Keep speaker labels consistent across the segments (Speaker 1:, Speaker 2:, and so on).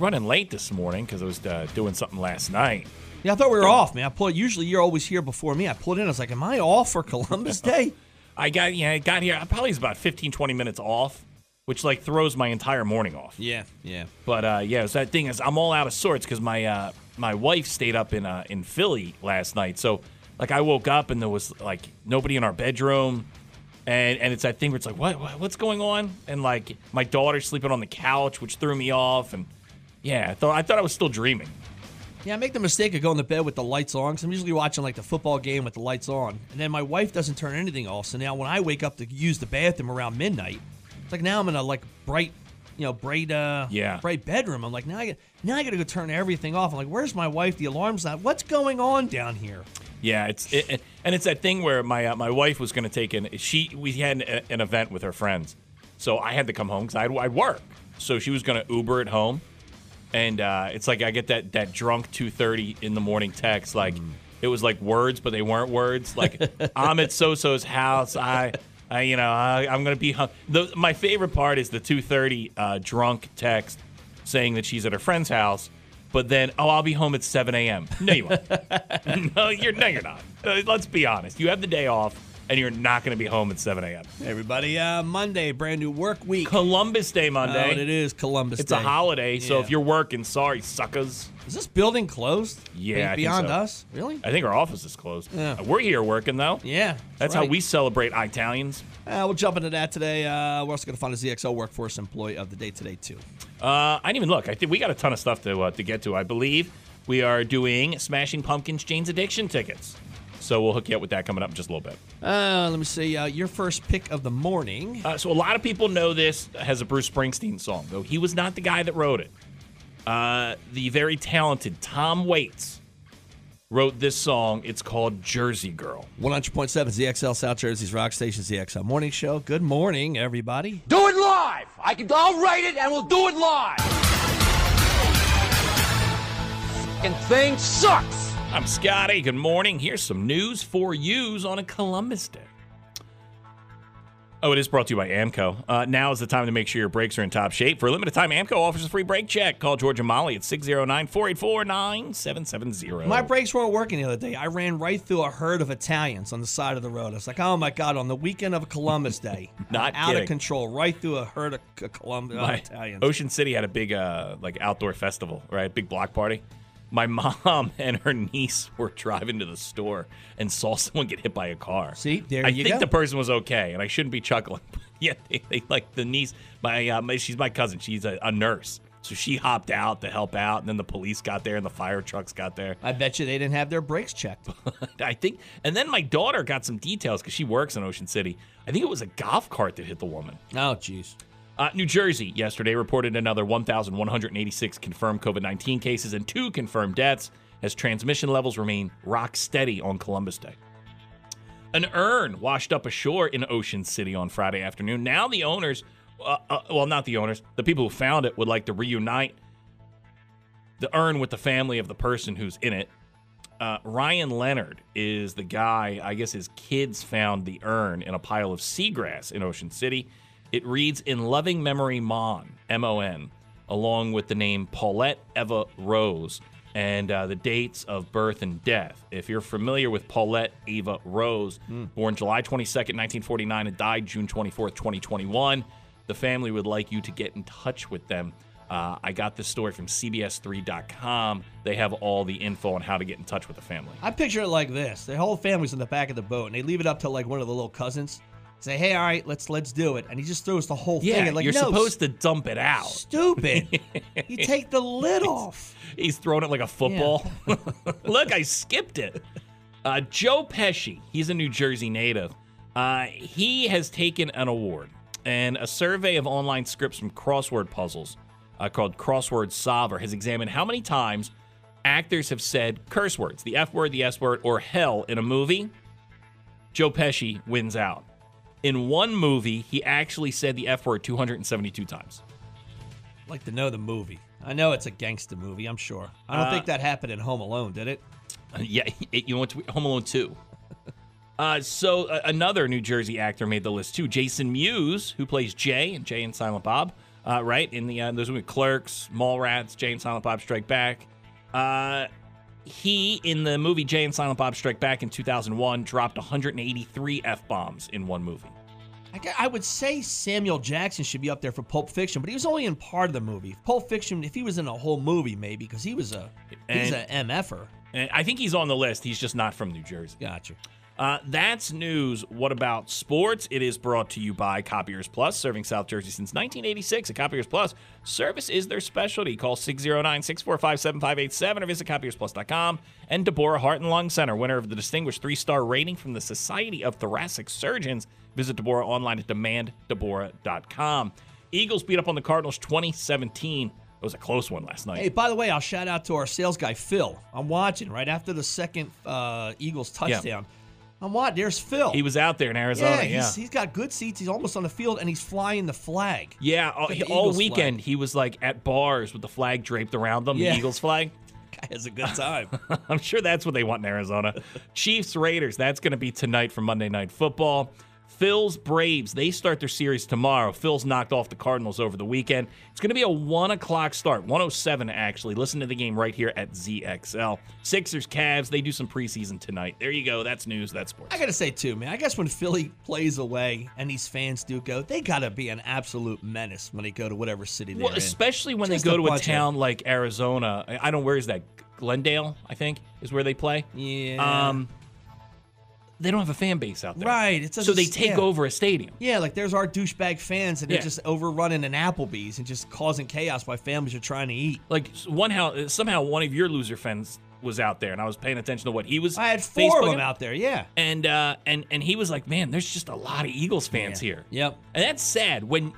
Speaker 1: running late this morning because I was uh, doing something last night.
Speaker 2: Yeah, I thought we were off, man. I pulled. Usually you're always here before me. I pulled in. I was like, "Am I off for Columbus Day?"
Speaker 1: I got yeah, I got here. I probably was about 15, 20 minutes off, which like throws my entire morning off.
Speaker 2: Yeah, yeah.
Speaker 1: But uh, yeah, so that thing is, I'm all out of sorts because my uh, my wife stayed up in uh, in Philly last night. So like I woke up and there was like nobody in our bedroom, and and it's that thing where it's like what, what what's going on? And like my daughter's sleeping on the couch, which threw me off. And yeah, I thought I thought I was still dreaming.
Speaker 2: Yeah, I make the mistake of going to bed with the lights on 'cause I'm usually watching like the football game with the lights on, and then my wife doesn't turn anything off. So now when I wake up to use the bathroom around midnight, it's like now I'm in a like bright, you know, bright, uh,
Speaker 1: Yeah.
Speaker 2: bright bedroom. I'm like now I got now I got to go turn everything off. I'm like, where's my wife? The alarm's not. What's going on down here?
Speaker 1: Yeah, it's it, it- and it's that thing where my uh, my wife was going to take an she we had an, an event with her friends, so I had to come home because I had I'd work, so she was going to Uber at home, and uh, it's like I get that that drunk two thirty in the morning text like it was like words but they weren't words like I'm at so so's house I. I, you know, I, I'm gonna be. Hung. The, my favorite part is the 2:30 uh, drunk text saying that she's at her friend's house, but then, oh, I'll be home at 7 a.m. No, you won't. No, you're no, you're not. Uh, Let's be honest. You have the day off, and you're not going to be home at 7 a.m.
Speaker 2: Hey, everybody, uh, Monday, brand new work week.
Speaker 1: Columbus Day Monday.
Speaker 2: Oh, it is Columbus
Speaker 1: It's
Speaker 2: Day.
Speaker 1: a holiday, so
Speaker 2: Yeah.
Speaker 1: if you're working, sorry, suckers.
Speaker 2: Is this building closed?
Speaker 1: Yeah,
Speaker 2: Be-
Speaker 1: I think
Speaker 2: beyond
Speaker 1: so.
Speaker 2: us, really?
Speaker 1: I think our office is closed. Uh,
Speaker 2: Yeah.
Speaker 1: We're here working though.
Speaker 2: Yeah, that's,
Speaker 1: That's
Speaker 2: right.
Speaker 1: how we celebrate Italians.
Speaker 2: Uh, we'll jump into that today. Uh, we're also going to find a ZXL workforce employee of the day today too.
Speaker 1: Uh, I didn't even look. I think we got a ton of stuff to uh, to get to. I believe we are doing Smashing Pumpkins Jane's Addiction tickets. So we'll hook you up with that coming up in just a little bit.
Speaker 2: Uh, let me see. Uh, your first pick of the morning.
Speaker 1: Uh, so a lot of people know this as a Bruce Springsteen song, though he was not the guy that wrote it. Uh, the very talented Tom Waits wrote this song. It's called Jersey Girl.
Speaker 2: 100.7 ZXL South Jersey's Rock Station ZXL Morning Show. Good morning, everybody.
Speaker 3: Do it live. I can. I'll write it, and we'll do it live. Fucking thing sucks.
Speaker 1: I'm Scotty. Good morning. Here's some news for yous on a Columbus Day. Oh, it is brought to you by Amco. Uh, now is the time to make sure your brakes are in top shape. For a limited time, Amco offers a free brake check. Call Georgia Molly at 609 484 9770.
Speaker 2: My brakes weren't working the other day. I ran right through a herd of Italians on the side of the road. I was like, oh my God, on the weekend of Columbus Day.
Speaker 1: Not
Speaker 2: out
Speaker 1: kidding.
Speaker 2: of control, right through a herd of C- Columbus
Speaker 1: My- Oh,
Speaker 2: Italians.
Speaker 1: Ocean City had a big uh, like outdoor festival, right? Big block party. My mom and her niece were driving to the store and saw someone get hit by a car.
Speaker 2: See? There
Speaker 1: I
Speaker 2: you
Speaker 1: think
Speaker 2: go.
Speaker 1: the person was okay, and I shouldn't be chuckling. But yeah, they, they like the niece. My, uh, my she's my cousin. She's a, a nurse, so she hopped out to help out, and then the police got there, and the fire trucks got there.
Speaker 2: I bet you they didn't have their brakes checked.
Speaker 1: I think, and then my daughter got some details because she works in Ocean City. I think it was a golf cart that hit the woman.
Speaker 2: Oh, jeez.
Speaker 1: Uh, New Jersey yesterday reported another 1,186 confirmed COVID 19 cases and two confirmed deaths as transmission levels remain rock steady on Columbus Day. An urn washed up ashore in Ocean City on Friday afternoon. Now the owners, uh, uh, well, not the owners, the people who found it would like to reunite the urn with the family of the person who's in it. Uh, Ryan Leonard is the guy, I guess his kids found the urn in a pile of seagrass in Ocean City. It reads in loving memory Mon, M O N, along with the name Paulette Eva Rose and uh, the dates of birth and death. If you're familiar with Paulette Eva Rose, born July 22nd, 1949, and died June 24th, 2021, the family would like you to get in touch with them Uh, I got this story from CBS3.com. They have all the info on how to get in touch with the family.
Speaker 2: I picture it like this: their whole family's in the back of the boat, and they leave it up to like one of the little cousins. Say, hey, all right, let's let's do it, and he just throws the whole thing.
Speaker 1: Yeah,
Speaker 2: at, like,
Speaker 1: you're
Speaker 2: no,
Speaker 1: supposed to dump it out.
Speaker 2: Stupid! you take the lid off.
Speaker 1: He's throwing it like a football. Look, I skipped it. Uh, Joe Pesci, he's a New Jersey native. Uh, he has taken an award and a survey of online scripts from crossword puzzles uh, called Crossword Solver has examined how many times actors have said curse words, the F word, the S word, or hell in a movie. Joe Pesci wins out. In one movie, he actually said the F word 272 times.
Speaker 2: I'd like to know the movie. I know it's a gangster movie. I'm sure. I don't think that happened in Home Alone, did it?
Speaker 1: Uh, Yeah, it, you know what's we- Home Alone two. Uh, so uh, another New Jersey actor made the list too. Jason Mewes, who plays Jay and Jay and Silent Bob, uh, right in the uh, those were Clerks, Mallrats, Jay and Silent Bob Strike Back. Uh, he in the movie Jay and Silent Bob Strike Back in 2001 dropped 183 f bombs in one movie.
Speaker 2: I, gu- I would say Samuel Jackson should be up there for Pulp Fiction, but he was only in part of the movie. Pulp Fiction, if he was in a whole movie, maybe because he was a he's a
Speaker 1: And-
Speaker 2: mf'er.
Speaker 1: And I think he's on the list. He's just not from New Jersey.
Speaker 2: Gotcha.
Speaker 1: Uh, that's news. What about sports? It is brought to you by Copiers Plus, serving South Jersey since 1986. At Copiers Plus, service is their specialty. Call 609 645 7587 or visit copiersplus.com. And Deborah Heart and Lung Center, winner of the distinguished three star rating from the Society of Thoracic Surgeons. Visit Deborah online at demanddeborah.com. Eagles beat up on the Cardinals 2017. It was a close one last night.
Speaker 2: Hey, by the way, I'll shout out to our sales guy Phil. I'm watching right after the second uh, Eagles touchdown. I'm watching. There's Phil.
Speaker 1: He was out there in Arizona.
Speaker 2: yeah, he's, he's got good seats. He's almost on the field, and he's flying the flag.
Speaker 1: Yeah, all,
Speaker 2: With the
Speaker 1: all
Speaker 2: Eagles
Speaker 1: weekend he was like at bars with the flag draped around them,
Speaker 2: Yeah.
Speaker 1: the Eagles flag.
Speaker 2: Guy has a good time.
Speaker 1: I'm sure that's what they want in Arizona. Chiefs Raiders, that's going to be tonight for Monday Night Football. Phil's Braves, they start their series tomorrow. Phil's knocked off the Cardinals over the weekend. It's going to be a 1 o'clock start, 107 actually. Listen to the game right here at ZXL. Sixers Cavs, they do some preseason tonight. There you go. That's news. That's sports.
Speaker 2: I gotta say too, man. I guess when Philly plays away and these fans do go, they gotta be an absolute menace when they go to whatever city they're
Speaker 1: Well,
Speaker 2: in.
Speaker 1: especially when
Speaker 2: Just
Speaker 1: they go
Speaker 2: a
Speaker 1: to a
Speaker 2: bunch of-
Speaker 1: town like Arizona. I- I don't. Where is that? Glendale, I think, is where they play.
Speaker 2: Yeah.
Speaker 1: Um. They don't have a fan base out there,
Speaker 2: Right, it
Speaker 1: so
Speaker 2: doesn't-
Speaker 1: they take
Speaker 2: yeah.
Speaker 1: over a stadium.
Speaker 2: Yeah, like there's our douchebag fans, and they're
Speaker 1: Yeah.
Speaker 2: just overrunning an Applebee's and just causing chaos while families are trying to eat.
Speaker 1: Like s- one how uh, somehow one of your loser fans was out there, and I was paying attention to what he was.
Speaker 2: I had four of
Speaker 1: Facebooking.
Speaker 2: them out there. Yeah.
Speaker 1: and uh, and and he was like, "Man, there's just a lot of Eagles fans here."
Speaker 2: Yep.
Speaker 1: and that's sad when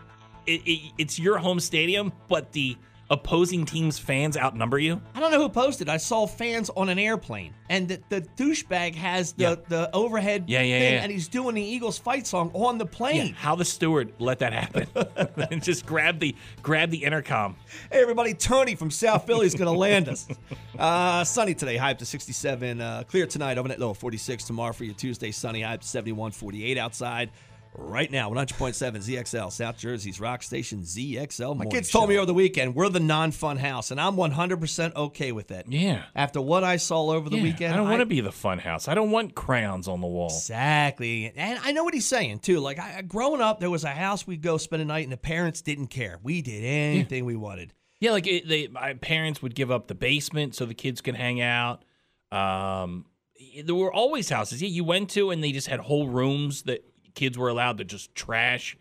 Speaker 1: it, it, it's your home stadium, but the opposing team's fans outnumber you.
Speaker 2: I don't know who posted. I saw fans on an airplane, and the, the douchebag has the,
Speaker 1: Yeah.
Speaker 2: the overhead
Speaker 1: Yeah, yeah,
Speaker 2: thing,
Speaker 1: yeah.
Speaker 2: and he's doing the Eagles fight song on the
Speaker 1: Yeah,
Speaker 2: plane.
Speaker 1: how the steward let that happen and just grab the grab the intercom.
Speaker 2: Hey, everybody, Tony from South Philly is going to land us. Uh, sunny today, high up to 67. Uh, clear tonight, overnight low of 46. Tomorrow for your Tuesday, sunny, high up to 71, 48 outside. Right now, 100.7 ZXL, South Jersey's rock station ZXL. My
Speaker 1: Morning
Speaker 2: kids told me
Speaker 1: show.
Speaker 2: over the weekend, we're the non fun house, and I'm 100% okay with it.
Speaker 1: Yeah.
Speaker 2: After what I saw over the
Speaker 1: Yeah,
Speaker 2: weekend,
Speaker 1: I don't want to be the fun house. I don't want crayons on the wall.
Speaker 2: Exactly. And I know what he's saying, too. Like, I, I- growing up, there was a house we'd go spend a night, and the parents didn't care. We did anything we wanted.
Speaker 1: Yeah, like it, they, my parents would give up the basement so the kids can hang out. Um, y- there were always houses. Yeah, you went to and they just had whole rooms that kids were allowed to just trash.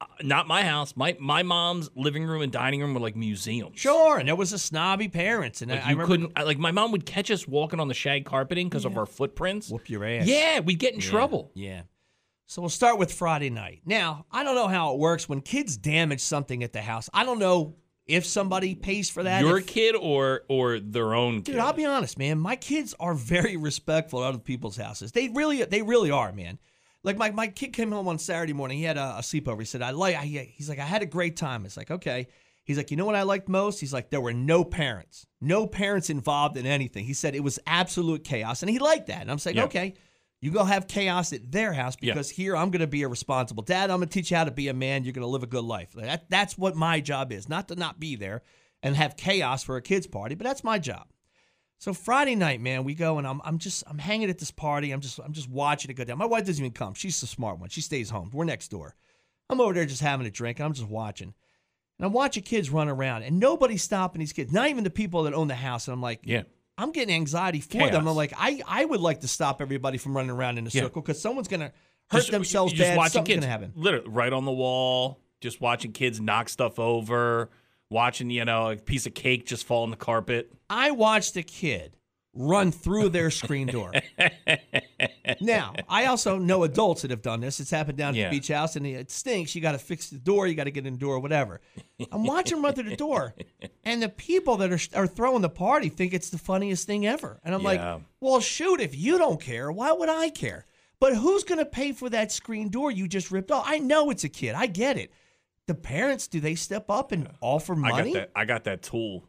Speaker 1: Uh, not my house. My my mom's living room and dining room were like museums.
Speaker 2: Sure, and there was a snobby parents, and
Speaker 1: Like
Speaker 2: I,
Speaker 1: you
Speaker 2: I remember
Speaker 1: couldn't I- like my mom would catch us walking on the shag carpeting because of our footprints.
Speaker 2: whoop your ass.
Speaker 1: Yeah, we'd get in trouble.
Speaker 2: yeah. So we'll start with Friday night. Now I don't know how it works when kids damage something at the house. I don't know if somebody pays for that.
Speaker 1: Your
Speaker 2: if-
Speaker 1: kid or or their own kid.
Speaker 2: Dude, I'll be honest, man. My kids are very respectful at other people's houses. They really, they really are, man. Like my, my kid came home on Saturday morning. He had a, a sleepover. He said, "I like." I, he's like, "I had a great time." It's like, okay. He's like, "You know what I liked most?" He's like, "There were no parents, no parents involved in anything." He said it was absolute chaos, and he liked that. And I'm saying,
Speaker 1: Yeah.
Speaker 2: okay, you go have chaos at their house
Speaker 1: Yeah.
Speaker 2: because here I'm going to be a responsible dad. I'm going to teach you how to be a man. You're going to live a good life. Like, That, that's what my job is, not to not be there and have chaos for a kids party, but that's my job. So Friday night, man, we go and I'm I'm just I'm hanging at this party. I'm just I'm just watching it go down. My wife doesn't even come. She's the smart one. She stays home. We're next door. I'm over there just having a drink and I'm just watching. And I'm watching kids run around, and nobody's stopping these kids, not even the people that own the house. And I'm like,
Speaker 1: Yeah.
Speaker 2: I'm getting anxiety for
Speaker 1: Chaos.
Speaker 2: them. I'm like, I, I would like to stop everybody from running around in a
Speaker 1: Yeah.
Speaker 2: circle because someone's going to hurt themselves
Speaker 1: just
Speaker 2: bad.
Speaker 1: watching
Speaker 2: Something's
Speaker 1: kids
Speaker 2: going to happen.
Speaker 1: Literally, right on the wall, just watching kids knock stuff over, watching you know a piece of cake just fall on the carpet.
Speaker 2: I watched a kid run through their screen door. now, I also know adults that have done this. It's happened down at
Speaker 1: Yeah.
Speaker 2: the beach house, and it stinks. You got to fix the door. You got to get in the door, whatever. I'm watching them run through the door, and the people that are, are throwing the party think it's the funniest thing ever. And I'm
Speaker 1: Yeah.
Speaker 2: like, well, shoot, if you don't care, why would I care? But who's going to pay for that screen door you just ripped off? I know it's a kid. I get it. The parents, do they step up and offer money?
Speaker 1: I got that. I got that tool,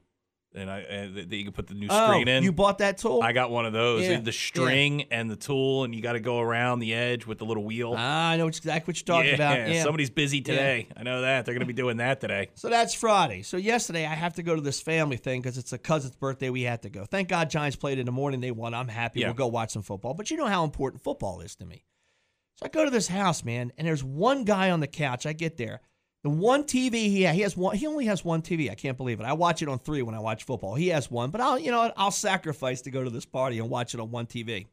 Speaker 1: and I and that that you can put the new
Speaker 2: Oh,
Speaker 1: screen in.
Speaker 2: you bought that tool?
Speaker 1: I got one of those.
Speaker 2: Yeah,
Speaker 1: The
Speaker 2: yeah.
Speaker 1: string and the tool, and you got to go around the edge with the little wheel.
Speaker 2: Ah, I know exactly what you're talking
Speaker 1: yeah,
Speaker 2: about. Yeah.
Speaker 1: somebody's busy today. I know that they're going to be doing that today.
Speaker 2: so that's Friday. So yesterday, I have to go to this family thing because it's a cousin's birthday. We had to go. Thank God Giants played in the morning. They won. I'm happy.
Speaker 1: Yeah.
Speaker 2: We'll go watch some football. But you know how important football is to me. So I go to this house, man, and there's one guy on the couch. I get there. The one TV he ha- he has one. He only has one TV. I can't believe it. I watch it on three when I watch football. He has one, but I'll you know what? I'll sacrifice to go to this party and watch it on one TV.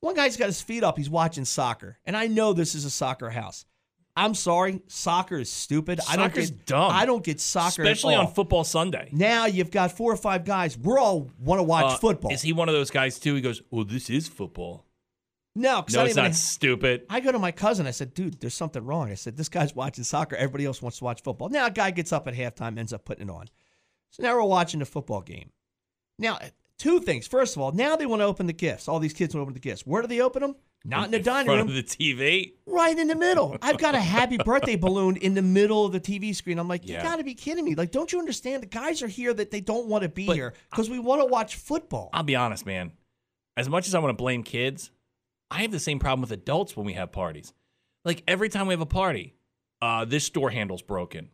Speaker 2: One guy's got his feet up. He's watching soccer, and I know this is a soccer house. I'm sorry, soccer is stupid. I don't
Speaker 1: Soccer's
Speaker 2: get
Speaker 1: dumb.
Speaker 2: I don't get soccer, at
Speaker 1: especially
Speaker 2: all.
Speaker 1: on football Sunday.
Speaker 2: Now you've got four or five guys. We're all want to watch
Speaker 1: Uh,
Speaker 2: football.
Speaker 1: Is he one of those guys too? He goes, "Well, this is football."
Speaker 2: no, 'cause
Speaker 1: No,
Speaker 2: I
Speaker 1: it's
Speaker 2: didn't even-
Speaker 1: not stupid.
Speaker 2: I go to my cousin. I said, dude, there's something wrong. I said, this guy's watching soccer. Everybody else wants to watch football. Now a guy gets up at halftime, ends up putting it on. So now we're watching the football game. Now, two things. First of all, now they want to open the gifts. All these kids want to open the gifts. Where do they open them? Not in the dining room.
Speaker 1: front of the TV.
Speaker 2: right in the middle. I've got a happy birthday balloon in the middle of the TV screen. I'm like,
Speaker 1: Yeah.
Speaker 2: you got to be kidding me. Like, don't you understand? The guys are here that they don't want to be
Speaker 1: But-
Speaker 2: here because we want to watch football.
Speaker 1: I'll be honest, man. As much as I want to blame kids, I have the same problem with adults when we have parties. Like every time we have a party, uh, this door handle's broken,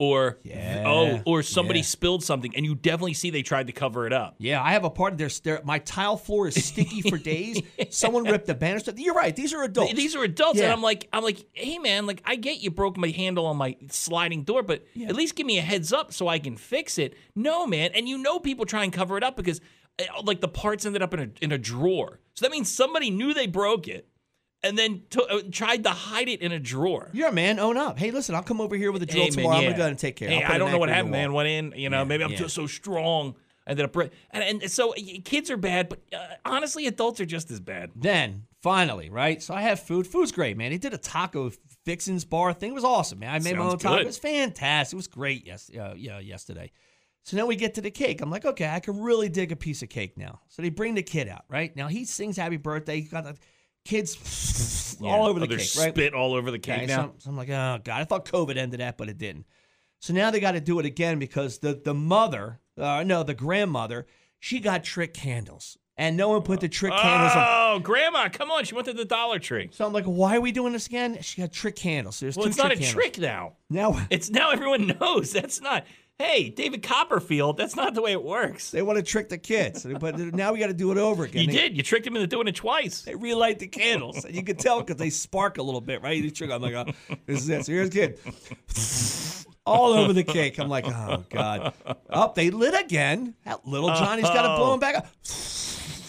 Speaker 1: or
Speaker 2: Yeah,
Speaker 1: oh, or somebody
Speaker 2: yeah.
Speaker 1: spilled something, and you definitely see they tried to cover it up.
Speaker 2: yeah, I have a part of their stair. My tile floor is sticky for days. Someone ripped the banister. You're right. These are adults.
Speaker 1: Th- These are adults, and
Speaker 2: Yeah.
Speaker 1: I'm like, I'm like, hey man, like I get you broke my handle on my sliding door, but at least give me a heads up so I can fix it. No, man, and you know people try and cover it up because eh, like the parts ended up in a in a drawer, so that means somebody knew they broke it and then to- uh, tried to hide it in a drawer.
Speaker 2: You're a man. Own up. Hey, listen, I'll come over here with a drill
Speaker 1: Hey, man,
Speaker 2: tomorrow. I'm
Speaker 1: yeah.
Speaker 2: gonna go ahead and take care.
Speaker 1: Hey,
Speaker 2: I'll put
Speaker 1: I
Speaker 2: an
Speaker 1: don't know what
Speaker 2: anchor in
Speaker 1: happened,
Speaker 2: the
Speaker 1: man.
Speaker 2: wall.
Speaker 1: Went in, you know, maybe I'm just so strong. I Ended up, bro- and, and so eh, kids are bad, but uh, honestly, adults are just as bad.
Speaker 2: Then finally, right? So I have food. Food's great, man. He did a taco fixins bar thing. It was awesome, man. I made my
Speaker 1: Sounds
Speaker 2: own taco.
Speaker 1: good.
Speaker 2: It was fantastic. It was great. Yes, uh, yeah, yesterday. So now we get to the cake. I'm like, okay, I can really dig a piece of cake now. So they bring the kid out, right? Now he sings happy birthday. He's got the kids all
Speaker 1: Yeah.
Speaker 2: over the
Speaker 1: There's
Speaker 2: cake, right?
Speaker 1: Spit all over the cake
Speaker 2: Okay, so,
Speaker 1: now.
Speaker 2: I'm- so I'm like, oh god, I thought COVID ended that, but it didn't. So now they got to do it again because the the mother, uh, no, the grandmother, she got trick candles, and no one put the trick candles on.
Speaker 1: Oh, grandma, come on. She went to the Dollar Tree.
Speaker 2: So I'm like, why are we doing this again? She got trick candles. So there's
Speaker 1: Well,
Speaker 2: two
Speaker 1: it's not a
Speaker 2: trick candles.
Speaker 1: trick now.
Speaker 2: Now
Speaker 1: It's now everyone knows. That's not, hey, David Copperfield, that's not the way it works.
Speaker 2: they want to trick the kids, but now we got to do it over again.
Speaker 1: You
Speaker 2: They-
Speaker 1: did. You tricked him into doing it twice.
Speaker 2: They relight the candles. And you can tell because they spark a little bit, right? You trick. I'm like, oh, this is it. So here's the kid. All over the cake. I'm like, oh, God. Up, they lit again. That little Johnny's got to blow him back up.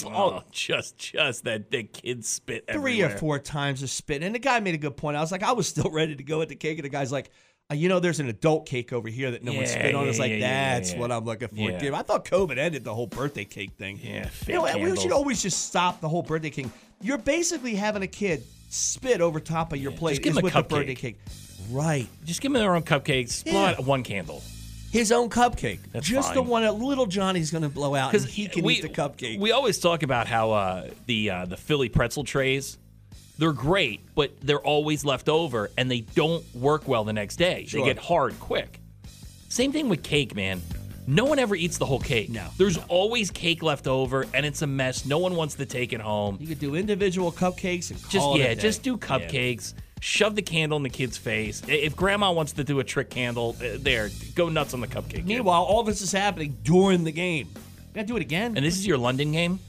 Speaker 1: Oh, just, just that the kid spit
Speaker 2: Three
Speaker 1: everywhere.
Speaker 2: or four times of spit. And the guy made a good point. I was like, I was still ready to go at the cake. And the guy's like, uh, you know, there's an adult cake over here that no one
Speaker 1: Yeah,
Speaker 2: spit on.
Speaker 1: yeah,
Speaker 2: It's like,
Speaker 1: yeah, yeah,
Speaker 2: that's
Speaker 1: yeah.
Speaker 2: what I'm looking for.
Speaker 1: Yeah.
Speaker 2: Dude, I thought COVID ended the whole birthday cake thing.
Speaker 1: Yeah,
Speaker 2: You know,
Speaker 1: fake
Speaker 2: we should
Speaker 1: candles.
Speaker 2: always just stop the whole birthday cake. You're basically having a kid spit over top of your plate
Speaker 1: just give
Speaker 2: is
Speaker 1: him a
Speaker 2: with the birthday
Speaker 1: cupcake.
Speaker 2: cake. Right.
Speaker 1: Just give them their own cupcakes. Blow
Speaker 2: Yeah.
Speaker 1: out one candle.
Speaker 2: His own cupcake.
Speaker 1: That's
Speaker 2: just
Speaker 1: fine.
Speaker 2: the one that little Johnny's going to blow out and he can
Speaker 1: we,
Speaker 2: eat the cupcake.
Speaker 1: We always talk about how uh, the uh, the Philly pretzel trays, they're great, but they're always left over and they don't work well the next day.
Speaker 2: Sure.
Speaker 1: They get hard quick. Same thing with cake, man. No one ever eats the whole cake.
Speaker 2: No,
Speaker 1: There's always cake left over and it's a mess. No one wants to take it home.
Speaker 2: you could do individual cupcakes and
Speaker 1: Just
Speaker 2: call it a
Speaker 1: yeah,
Speaker 2: day.
Speaker 1: just do cupcakes. Shove the candle in the kid's face. I- If grandma wants to do a trick candle, uh, there, go nuts on the cupcake. kid.
Speaker 2: Meanwhile, all this is happening during the game. Got to do it again?
Speaker 1: and this is your London game?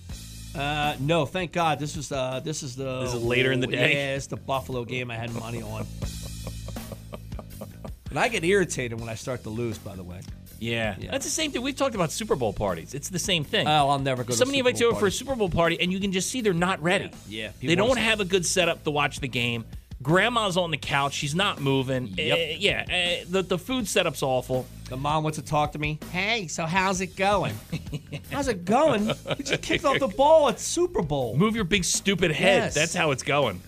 Speaker 2: Uh, no, thank God. This was uh, this is the
Speaker 1: This is later in the day?
Speaker 2: Yeah, it's the Buffalo game. I had money on. And I get irritated when I start to lose, by the way.
Speaker 1: Yeah. That's the same thing. We've talked about Super Bowl parties. It's the same thing.
Speaker 2: Oh, I'll never go to a
Speaker 1: Somebody
Speaker 2: Super
Speaker 1: invites
Speaker 2: Bowl
Speaker 1: you over for a
Speaker 2: party.
Speaker 1: Super Bowl party, and you can just see they're not ready.
Speaker 2: Yeah, people
Speaker 1: They don't
Speaker 2: wanna-
Speaker 1: have a good setup to watch the game. Grandma's on the couch. She's not moving.
Speaker 2: Yep.
Speaker 1: Eh, yeah. eh, the, the food setup's awful.
Speaker 2: The mom wants to talk to me. Hey, so how's it going? how's it going? You just kicked off the ball at Super Bowl.
Speaker 1: Move your big stupid head.
Speaker 2: Yes.
Speaker 1: That's how it's going.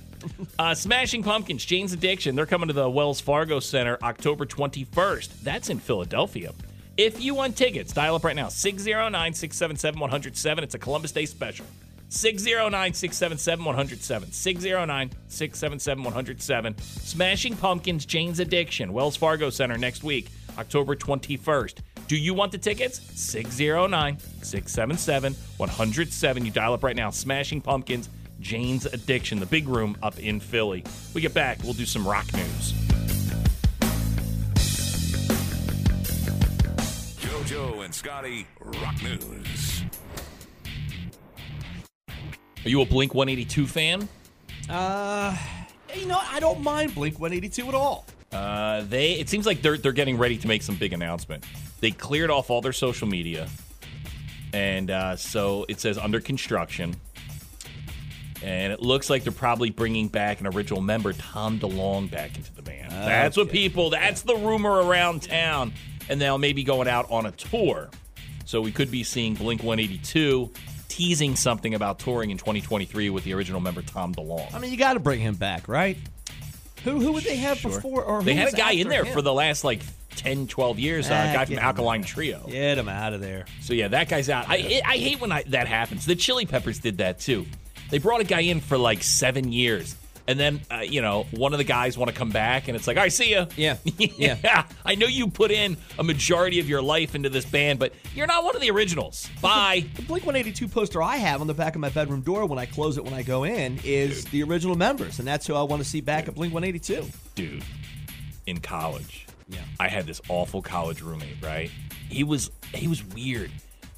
Speaker 1: uh, Smashing Pumpkins, Jane's Addiction. They're coming to the Wells Fargo Center October 21st. That's in Philadelphia. If you want tickets, dial up right now 609 677 107. It's a Columbus Day special. 609 677 107. 609 677 107. Smashing Pumpkins, Jane's Addiction, Wells Fargo Center next week, October 21st. Do you want the tickets? 609 677 107. You dial up right now. Smashing Pumpkins, Jane's Addiction, the big room up in Philly. We get back, we'll do some rock news.
Speaker 4: JoJo and Scotty Rock News.
Speaker 1: Are you a Blink 182 fan?
Speaker 2: Uh, you know, I don't mind Blink 182 at all.
Speaker 1: Uh, they it seems like they're they're getting ready to make some big announcement. They cleared off all their social media, and uh, so it says under construction. And it looks like they're probably bringing back an original member, Tom DeLong, back into the band. That's what people. That's the rumor around town, and they'll maybe going out on a tour. So we could be seeing Blink 182 teasing something about touring in 2023 with the original member Tom DeLong.
Speaker 2: I mean, you got to bring him back, right? Who who would they have
Speaker 1: Sure.
Speaker 2: before? Or who
Speaker 1: they had
Speaker 2: was
Speaker 1: a guy in
Speaker 2: after
Speaker 1: there
Speaker 2: him?
Speaker 1: for the last like 10 12 years uh,
Speaker 2: Ah,
Speaker 1: a guy
Speaker 2: get
Speaker 1: from
Speaker 2: him
Speaker 1: alkaline trio
Speaker 2: Get him out of there.
Speaker 1: so yeah that guy's out i, I- I hate when I, that happens the chili peppers did that too they brought a guy in for like seven years and then uh, you know one of the guys want to come back and it's like all right see ya
Speaker 2: Yeah.
Speaker 1: yeah i know you put in a majority of your life into this band but you're not one of the originals bye
Speaker 2: The Blink 182 poster I have on the back of my bedroom door when I close it when I go in is the original members, and that's who I want to see back at Blink 182.
Speaker 1: dude in college
Speaker 2: Yeah.
Speaker 1: i had this awful college roommate right he was he was weird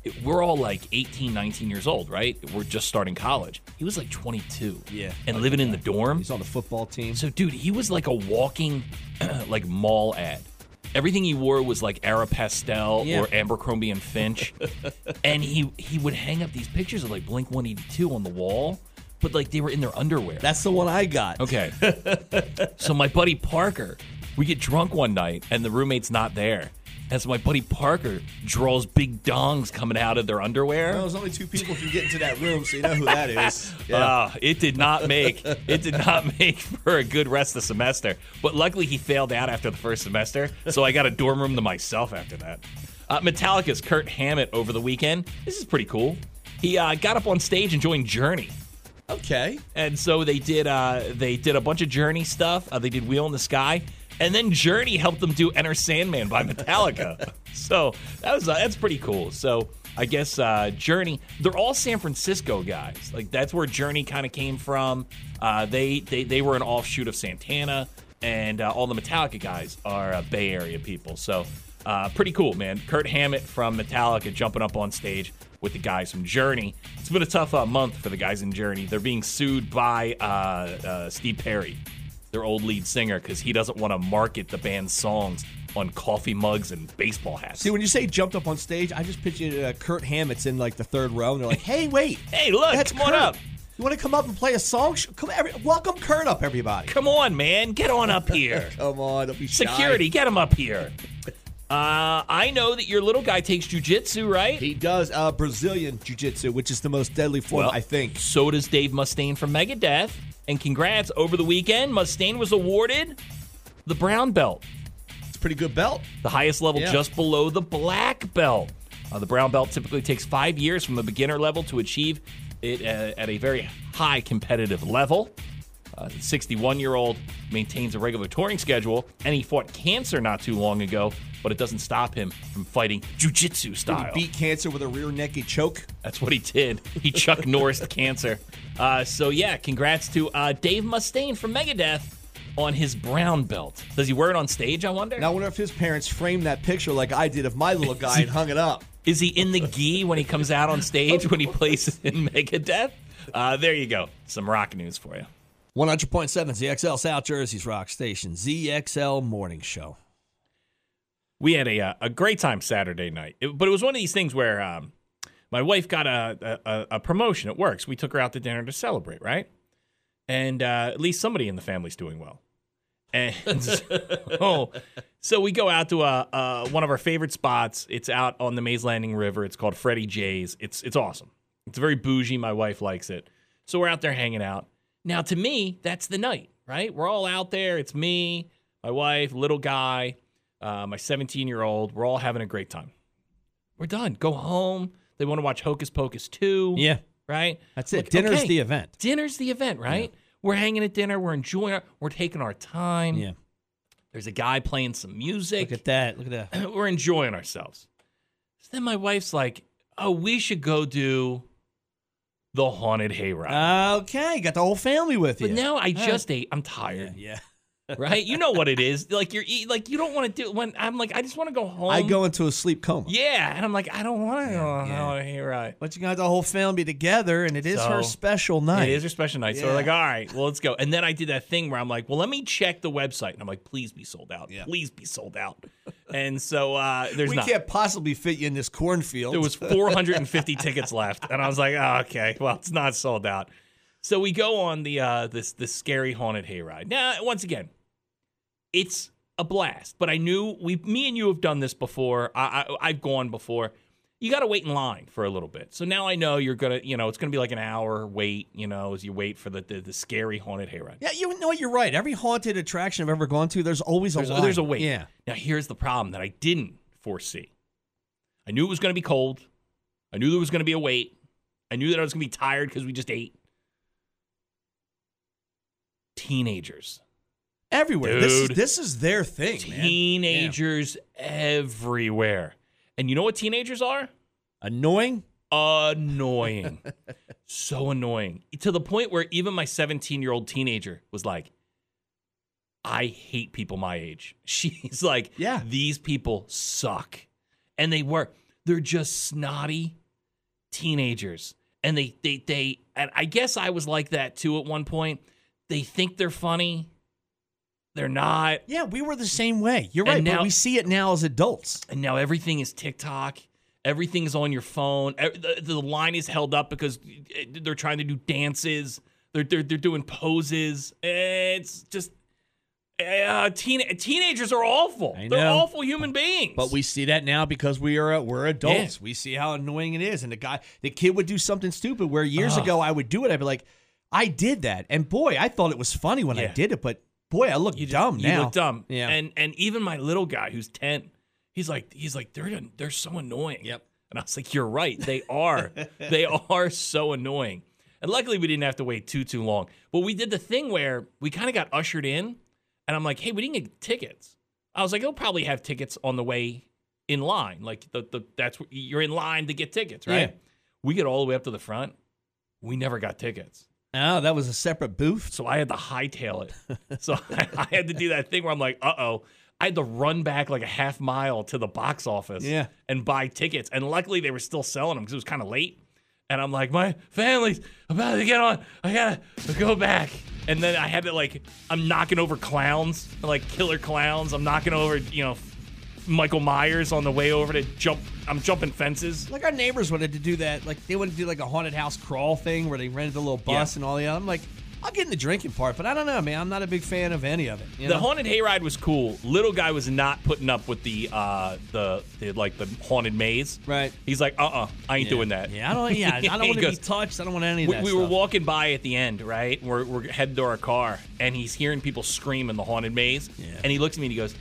Speaker 1: It- we're all like 18 19 years old right we're just starting college he was like 22
Speaker 2: Yeah.
Speaker 1: and living in the dorm
Speaker 2: He's on the football team.
Speaker 1: so dude he was like a walking like mall ad everything he wore was like Ara Pastel
Speaker 2: Yeah.
Speaker 1: or Abercrombie and Finch and he he would hang up these pictures of like Blink 182 on the wall but like they were in their underwear
Speaker 2: That's the one I got.
Speaker 1: Okay. so my buddy Parker, we get drunk one night and the roommate's not there. And so my buddy Parker draws big dongs coming out of their underwear.
Speaker 2: There's only two people can get into that room, so you know who that is.
Speaker 1: Ah, it did not make it did not make for a good rest of the semester. But luckily he failed out after the first semester, so I got a dorm room to myself after that. Uh, Metallica's Kurt Hammett over the weekend. This is pretty cool. He uh, got up on stage and joined Journey.
Speaker 2: Okay.
Speaker 1: and so they did uh they did a bunch of journey stuff uh, they did wheel in the sky and then journey helped them do enter sandman by metallica so that was uh, that's pretty cool so i guess uh journey they're all san francisco guys like that's where journey kind of came from uh they, they they were an offshoot of santana and uh, all the metallica guys are uh, bay area people so uh, pretty cool, man. Kurt Hammett from Metallica jumping up on stage with the guys from Journey. It's been a tough uh, month for the guys in Journey. They're being sued by uh, uh, Steve Perry, their old lead singer, because he doesn't want to market the band's songs on coffee mugs and baseball hats.
Speaker 2: See, when you say jumped up on stage, I just pictured uh, Kurt Hammett's in like the third row, and they're like, "Hey, wait,
Speaker 1: Hey, look,
Speaker 2: that's
Speaker 1: come on
Speaker 2: Kurt.
Speaker 1: up.
Speaker 2: You want to come up and play a song? Sh- Come, every- welcome Kurt up, everybody.
Speaker 1: Come on, man, get on up here.
Speaker 2: Come on, don't be shy.
Speaker 1: Security, get him up here. Uh, I know that your little guy takes jujitsu, right?
Speaker 2: He does uh, Brazilian jiu-jitsu, which is the most deadly form, I think.
Speaker 1: So does Dave Mustaine from Megadeth. And congrats, over the weekend, Mustaine was awarded the brown belt,
Speaker 2: It's a pretty good belt.
Speaker 1: the highest level
Speaker 2: Yeah.
Speaker 1: just below the black belt. Uh, the brown belt typically takes five years from the beginner level to achieve it uh, at a very high competitive level. Uh, the 61 year old maintains a regular touring schedule, and he fought cancer not too long ago, but it doesn't stop him from fighting jujitsu
Speaker 2: He
Speaker 1: style.
Speaker 2: beat cancer with a rear naked choke.
Speaker 1: That's what he did. He Chuck Norris cancer. Uh, so yeah, congrats to uh, Dave Mustaine from Megadeth on his brown belt. Does he wear it on stage? I wonder.
Speaker 2: Now, I wonder if his parents framed that picture like I did of my little guy and hung it up.
Speaker 1: Is he in the gi when he comes out on stage when he plays in Megadeth? Uh, there you go. Some rock news for you.
Speaker 2: 100.7 ZXL South Jersey's Rock Station, ZXL Morning Show.
Speaker 1: we had a uh, a great time Saturday night. It- but it was one of these things where um, my wife got a, a- a a promotion at work, so we took her out to dinner to celebrate, right? And uh, at least somebody in the family's doing well. And so, so we go out to a, uh, one of our favorite spots. It's out on the Mays Landing River. It's called Freddie J's. It's it's awesome. It's very bougie. My wife likes it. So we're out there hanging out. Now to me, that's the night, right? We're all out there. It's me, my wife, little guy, uh, my 17 year old. We're all having a great time. We're done. Go home. They want to watch Hocus Pocus 2.
Speaker 2: Yeah.
Speaker 1: Right?
Speaker 2: That's it. Dinner's the event.
Speaker 1: Dinner's the event, right? We're hanging at dinner. We're enjoying our, we're taking our time.
Speaker 2: Yeah.
Speaker 1: There's a guy playing some music.
Speaker 2: Look at that. Look at that.
Speaker 1: We're enjoying ourselves. So then my wife's like, "Oh, we should go do the haunted hayride."
Speaker 2: Ah, Okay, got the whole family with you.
Speaker 1: but now I just ate. I'm tired,
Speaker 2: Ah. yeah.
Speaker 1: right? You know what it is. Like you're eat, like you don't want to do when I'm like I just want to go home.
Speaker 2: I go into a sleep coma.
Speaker 1: Yeah, and I'm like I don't want to go on
Speaker 2: yeah.
Speaker 1: a haunted hayride.
Speaker 2: But you got the whole family together, and it is her
Speaker 1: So,
Speaker 2: special night.
Speaker 1: It is her special night. So
Speaker 2: Yeah.
Speaker 1: we're like, all right, well, let's go. And then I did that thing where I'm like, well, let me check the website. And I'm like, please be sold out.
Speaker 2: Yeah.
Speaker 1: Please be sold out. And so uh, there's
Speaker 2: we
Speaker 1: not.
Speaker 2: can't possibly fit you in this cornfield.
Speaker 1: There was 450 tickets left, and I was like, oh, okay, well, it's not sold out. So we go on the uh, this this scary haunted hayride. Now, once again, it's a blast. But I knew we, me and you have done this before. I, I I've gone before. You got to wait in line for a little bit. So now I know you're gonna, you know, it's gonna be like an hour wait, you know, as you wait for the the, the scary haunted hayride.
Speaker 2: Yeah, you know what? You're right. Every haunted attraction I've ever gone to, there's always a
Speaker 1: There's a,
Speaker 2: line.
Speaker 1: there's a wait.
Speaker 2: Yeah.
Speaker 1: Now here's the problem that I didn't foresee. I knew it was going to be cold. I knew there was going to be a wait. I knew that I was going to be tired because we just ate. Teenagers,
Speaker 2: Everywhere. This is,
Speaker 1: Dude.
Speaker 2: this is their thing, man.
Speaker 1: teenagers everywhere, and you know what teenagers are?
Speaker 2: Annoying.
Speaker 1: Annoying, so annoying to the point where even my 17 year old teenager was like, I hate people my age. She's like,
Speaker 2: Yeah.
Speaker 1: these people suck. And they were. They're just snotty teenagers. And they they they and I guess I was like that too at one point. They think they're funny. They're not.
Speaker 2: Yeah, we were the same way. You're
Speaker 1: And
Speaker 2: right. but
Speaker 1: now-
Speaker 2: we see it now as adults.
Speaker 1: And now everything is TikTok. Everything's on your phone. E- The, the line is held up because eh, they're trying to do dances. They're they're, they're doing poses. It's just uh, teen, teenagers are awful.
Speaker 2: I
Speaker 1: They're
Speaker 2: know.
Speaker 1: awful human beings.
Speaker 2: But we see that now because we are we're adults. We see how annoying it is, and the guy, the kid would do something stupid. Where years ago I would do it, I'd be like, I did that, and boy, I thought it was funny when I
Speaker 1: Yeah.
Speaker 2: did it, but boy, I look dumb
Speaker 1: you
Speaker 2: now.
Speaker 1: look dumb.
Speaker 2: Yeah.
Speaker 1: And and even my little guy who's ten, he's like he's like they're they're so annoying.
Speaker 2: Yep.
Speaker 1: And I was like, you're right. They are. they are so annoying. And luckily we didn't have to wait too too long. But we did the thing where we kind of got ushered in, and I'm like, hey, we didn't get tickets. I was like, they'll probably have tickets on the way in line. Like the the that's where- you're in line to get tickets, right?
Speaker 2: Yeah.
Speaker 1: We get all the way up to the front. We never got tickets.
Speaker 2: oh, that was a separate booth.
Speaker 1: So I had to hightail it. So I, I had to do that thing where I'm like, uh oh. I had to run back like a half mile to the box office
Speaker 2: Yeah.
Speaker 1: and buy tickets. And luckily they were still selling them because it was kind of late. And I'm like, my family's about to get on. I gotta go back. And then I had to like, I'm knocking over clowns, like killer clowns. I'm knocking over, you know, Michael Myers on the way over to jump. I'm jumping fences.
Speaker 2: Like our neighbors wanted to do that. Like they wanted to do like a haunted house crawl thing where they rented a little bus
Speaker 1: Yeah.
Speaker 2: and all the other. I'm like, I'll get in the drinking part, but I don't know, man. I'm not a big fan of any of it. you
Speaker 1: The
Speaker 2: know?
Speaker 1: haunted hayride was cool. Little guy was not putting up with the uh the, the like the haunted maze.
Speaker 2: Right.
Speaker 1: He's like, uh uh I ain't doing that.
Speaker 2: yeah, I don't. Yeah, I don't
Speaker 1: He
Speaker 2: want to be
Speaker 1: goes-
Speaker 2: touched. I don't want any of
Speaker 1: We,
Speaker 2: that.
Speaker 1: we were
Speaker 2: stuff.
Speaker 1: walking by at the end, right? We're, we're heading to our car, and he's hearing people scream in the haunted maze.
Speaker 2: Yeah.
Speaker 1: And he looks at me and he goes,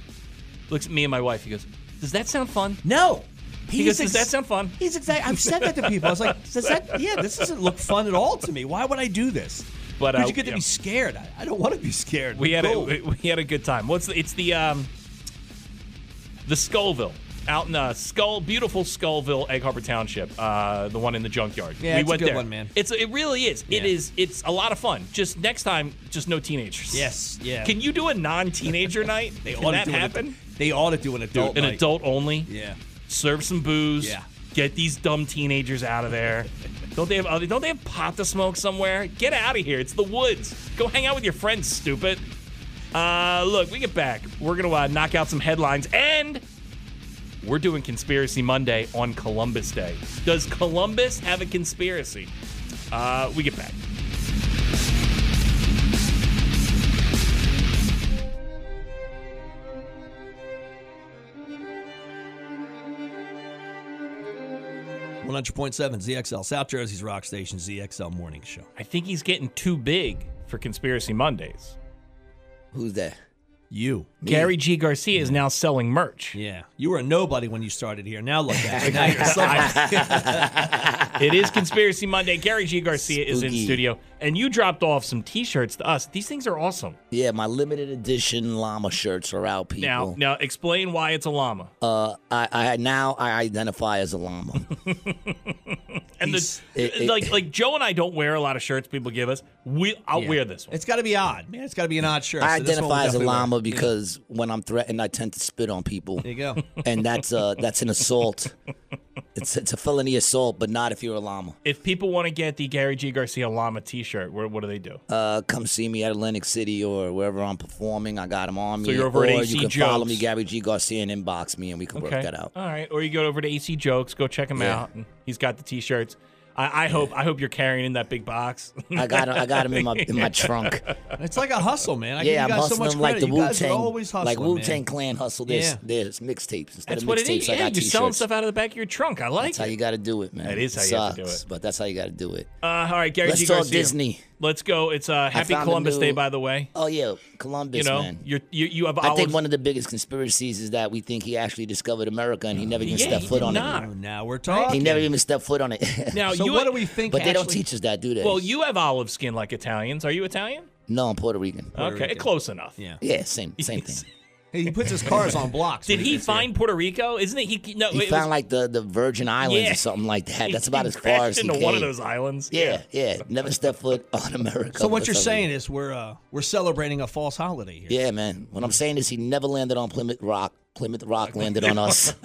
Speaker 1: looks at me and my wife. He goes, Does that sound fun?
Speaker 2: No.
Speaker 1: He goes, "Does that sound fun?"
Speaker 2: He's exactly. I've said that to people. I was like, "Does that? Yeah, this doesn't look fun at all to me. Why would I do this?"
Speaker 1: But,
Speaker 2: Because
Speaker 1: uh,
Speaker 2: you get to
Speaker 1: yeah.
Speaker 2: be scared. I, I don't want to be scared.
Speaker 1: We had a,
Speaker 2: Cool.
Speaker 1: we, we had a good time. What's the, it's the um the Skullville out in uh, Skull, beautiful Skullville, Egg Harbor Township. Uh, the one in the junkyard.
Speaker 2: Yeah,
Speaker 1: we
Speaker 2: it's a
Speaker 1: went
Speaker 2: good
Speaker 1: there.
Speaker 2: one, man.
Speaker 1: It's it really is.
Speaker 2: Yeah.
Speaker 1: It is. It's a lot of fun. Just next time, just no teenagers.
Speaker 2: Yes, yeah.
Speaker 1: Can you do a non-teenager night?
Speaker 2: They
Speaker 1: Can
Speaker 2: ought to
Speaker 1: that
Speaker 2: do an ad-
Speaker 1: happen?
Speaker 2: they ought to do an
Speaker 1: Do
Speaker 2: adult.
Speaker 1: an
Speaker 2: night.
Speaker 1: adult only.
Speaker 2: Yeah.
Speaker 1: Serve some booze.
Speaker 2: Yeah.
Speaker 1: Get these dumb teenagers out of there. don't they have other? Don't they have pot to smoke somewhere? Get out of here! It's the woods. Go hang out with your friends, stupid. Uh, look, we get back. We're gonna uh, knock out some headlines, and We're doing Conspiracy Monday on Columbus Day. Does Columbus have a conspiracy? Uh, we get back.
Speaker 2: One hundred point seven ZXL South Jersey's Rock Station ZXL Morning Show.
Speaker 1: I think he's getting too big for Conspiracy Mondays.
Speaker 5: Who's that?
Speaker 2: You,
Speaker 1: Gary G. Garcia is now selling merch.
Speaker 2: yeah, you were a nobody when you started here. Now look at you. Now you're somebody.
Speaker 1: It is Conspiracy Monday. Gary G. Garcia is in
Speaker 5: Spooky.
Speaker 1: studio, and you dropped off some T-shirts to us. These things are awesome.
Speaker 5: Yeah, my limited edition llama shirts are out, people.
Speaker 1: Now, now explain why it's a llama.
Speaker 5: uh, I, I now I identify as a llama.
Speaker 1: and the,
Speaker 2: he's-
Speaker 5: it- it-
Speaker 1: like, like Joe and I don't wear a lot of shirts people give us. We, I'll wear this one.
Speaker 2: it's got to be odd, man. It's got to be an odd shirt.
Speaker 5: I
Speaker 2: so this one
Speaker 5: identify
Speaker 2: we
Speaker 5: as a
Speaker 2: definitely wear.
Speaker 5: llama because when I'm threatened, I tend to spit on people,
Speaker 2: There you go.
Speaker 5: and that's uh that's an assault. It's it's a felony assault, but not if you're a llama.
Speaker 1: If people want to get the Gary G. Garcia llama T-shirt, what, what do they do?
Speaker 5: Uh, come see me at Atlantic City or wherever I'm performing. I got them on
Speaker 1: So
Speaker 5: me.
Speaker 1: you're over
Speaker 5: or
Speaker 1: at AC
Speaker 5: you can follow
Speaker 1: Jokes.
Speaker 5: me, Gabby G Garcia, and inbox me, and we can work that out.
Speaker 1: All right. Or you go over to AC Jokes, go check him
Speaker 5: Yeah.
Speaker 1: out. and He's got the T-shirts. I, I hope I hope you're carrying in that big box.
Speaker 5: I got 'em- I got them in my in my trunk.
Speaker 2: It's like a hustle, man. I give
Speaker 5: Yeah,
Speaker 2: you guys
Speaker 5: I'm
Speaker 2: so
Speaker 5: hustling
Speaker 2: much
Speaker 5: like
Speaker 2: credit.
Speaker 5: the
Speaker 2: you
Speaker 5: Wu
Speaker 2: guys are
Speaker 5: Tang,
Speaker 2: always hustling,
Speaker 5: like Wu
Speaker 2: man.
Speaker 5: Tang Clan hustle. This
Speaker 2: Yeah.
Speaker 5: there's mixtapes instead
Speaker 1: That's
Speaker 5: of
Speaker 1: what it is.
Speaker 5: mixtapes. I
Speaker 1: Yeah,
Speaker 5: got
Speaker 1: you're selling
Speaker 5: t-shirts.
Speaker 1: stuff out of the back of your trunk. I like
Speaker 5: That's how
Speaker 1: it.
Speaker 5: you got to do it, man.
Speaker 1: That is how
Speaker 5: Sucks,
Speaker 1: you have to do it.
Speaker 5: But that's how you got to do it.
Speaker 1: Uh, all right, Gary G.
Speaker 5: Let's talk
Speaker 1: Garcia.
Speaker 5: Disney.
Speaker 1: Let's go. It's uh, Happy
Speaker 5: found a
Speaker 1: Columbus
Speaker 5: new-
Speaker 1: Day, by the way.
Speaker 5: Oh yeah, Columbus,
Speaker 1: you know,
Speaker 5: man.
Speaker 1: you're, you you have
Speaker 5: I
Speaker 1: olives.
Speaker 5: think one of the biggest conspiracies is that we think he actually discovered America and he never even
Speaker 1: Yeah,
Speaker 5: stepped
Speaker 1: he
Speaker 5: foot
Speaker 1: did
Speaker 5: on
Speaker 1: not.
Speaker 5: it.
Speaker 2: Oh, now we're talking.
Speaker 5: He never even stepped foot on it.
Speaker 1: now
Speaker 2: so
Speaker 1: you
Speaker 2: what do we think?
Speaker 5: but they don't
Speaker 2: actually-
Speaker 5: teach us that, do they?
Speaker 1: Well, you have olive skin like Italians. Are you Italian?
Speaker 5: no, I'm Puerto Rican.
Speaker 1: okay, close enough.
Speaker 2: Yeah.
Speaker 5: Yeah, same same thing.
Speaker 2: He puts his cars on blocks.
Speaker 1: Did
Speaker 2: when
Speaker 1: he
Speaker 2: gets here.
Speaker 1: find Puerto Rico? Isn't it? He no.
Speaker 5: He
Speaker 1: it
Speaker 5: found
Speaker 1: was,
Speaker 5: like the, the Virgin Islands
Speaker 1: Yeah.
Speaker 5: or something like that. That's
Speaker 1: he
Speaker 5: about as
Speaker 1: crashed
Speaker 5: far as he
Speaker 1: into
Speaker 5: came.
Speaker 1: one of those islands.
Speaker 5: Yeah, yeah. Never stepped foot on America.
Speaker 2: So what
Speaker 5: for
Speaker 2: you're
Speaker 5: some
Speaker 2: saying
Speaker 5: reason.
Speaker 2: is we're uh, we're celebrating a false holiday here.
Speaker 5: Yeah, man. What I'm saying is he never landed on Plymouth Rock. Plymouth Rock landed on us.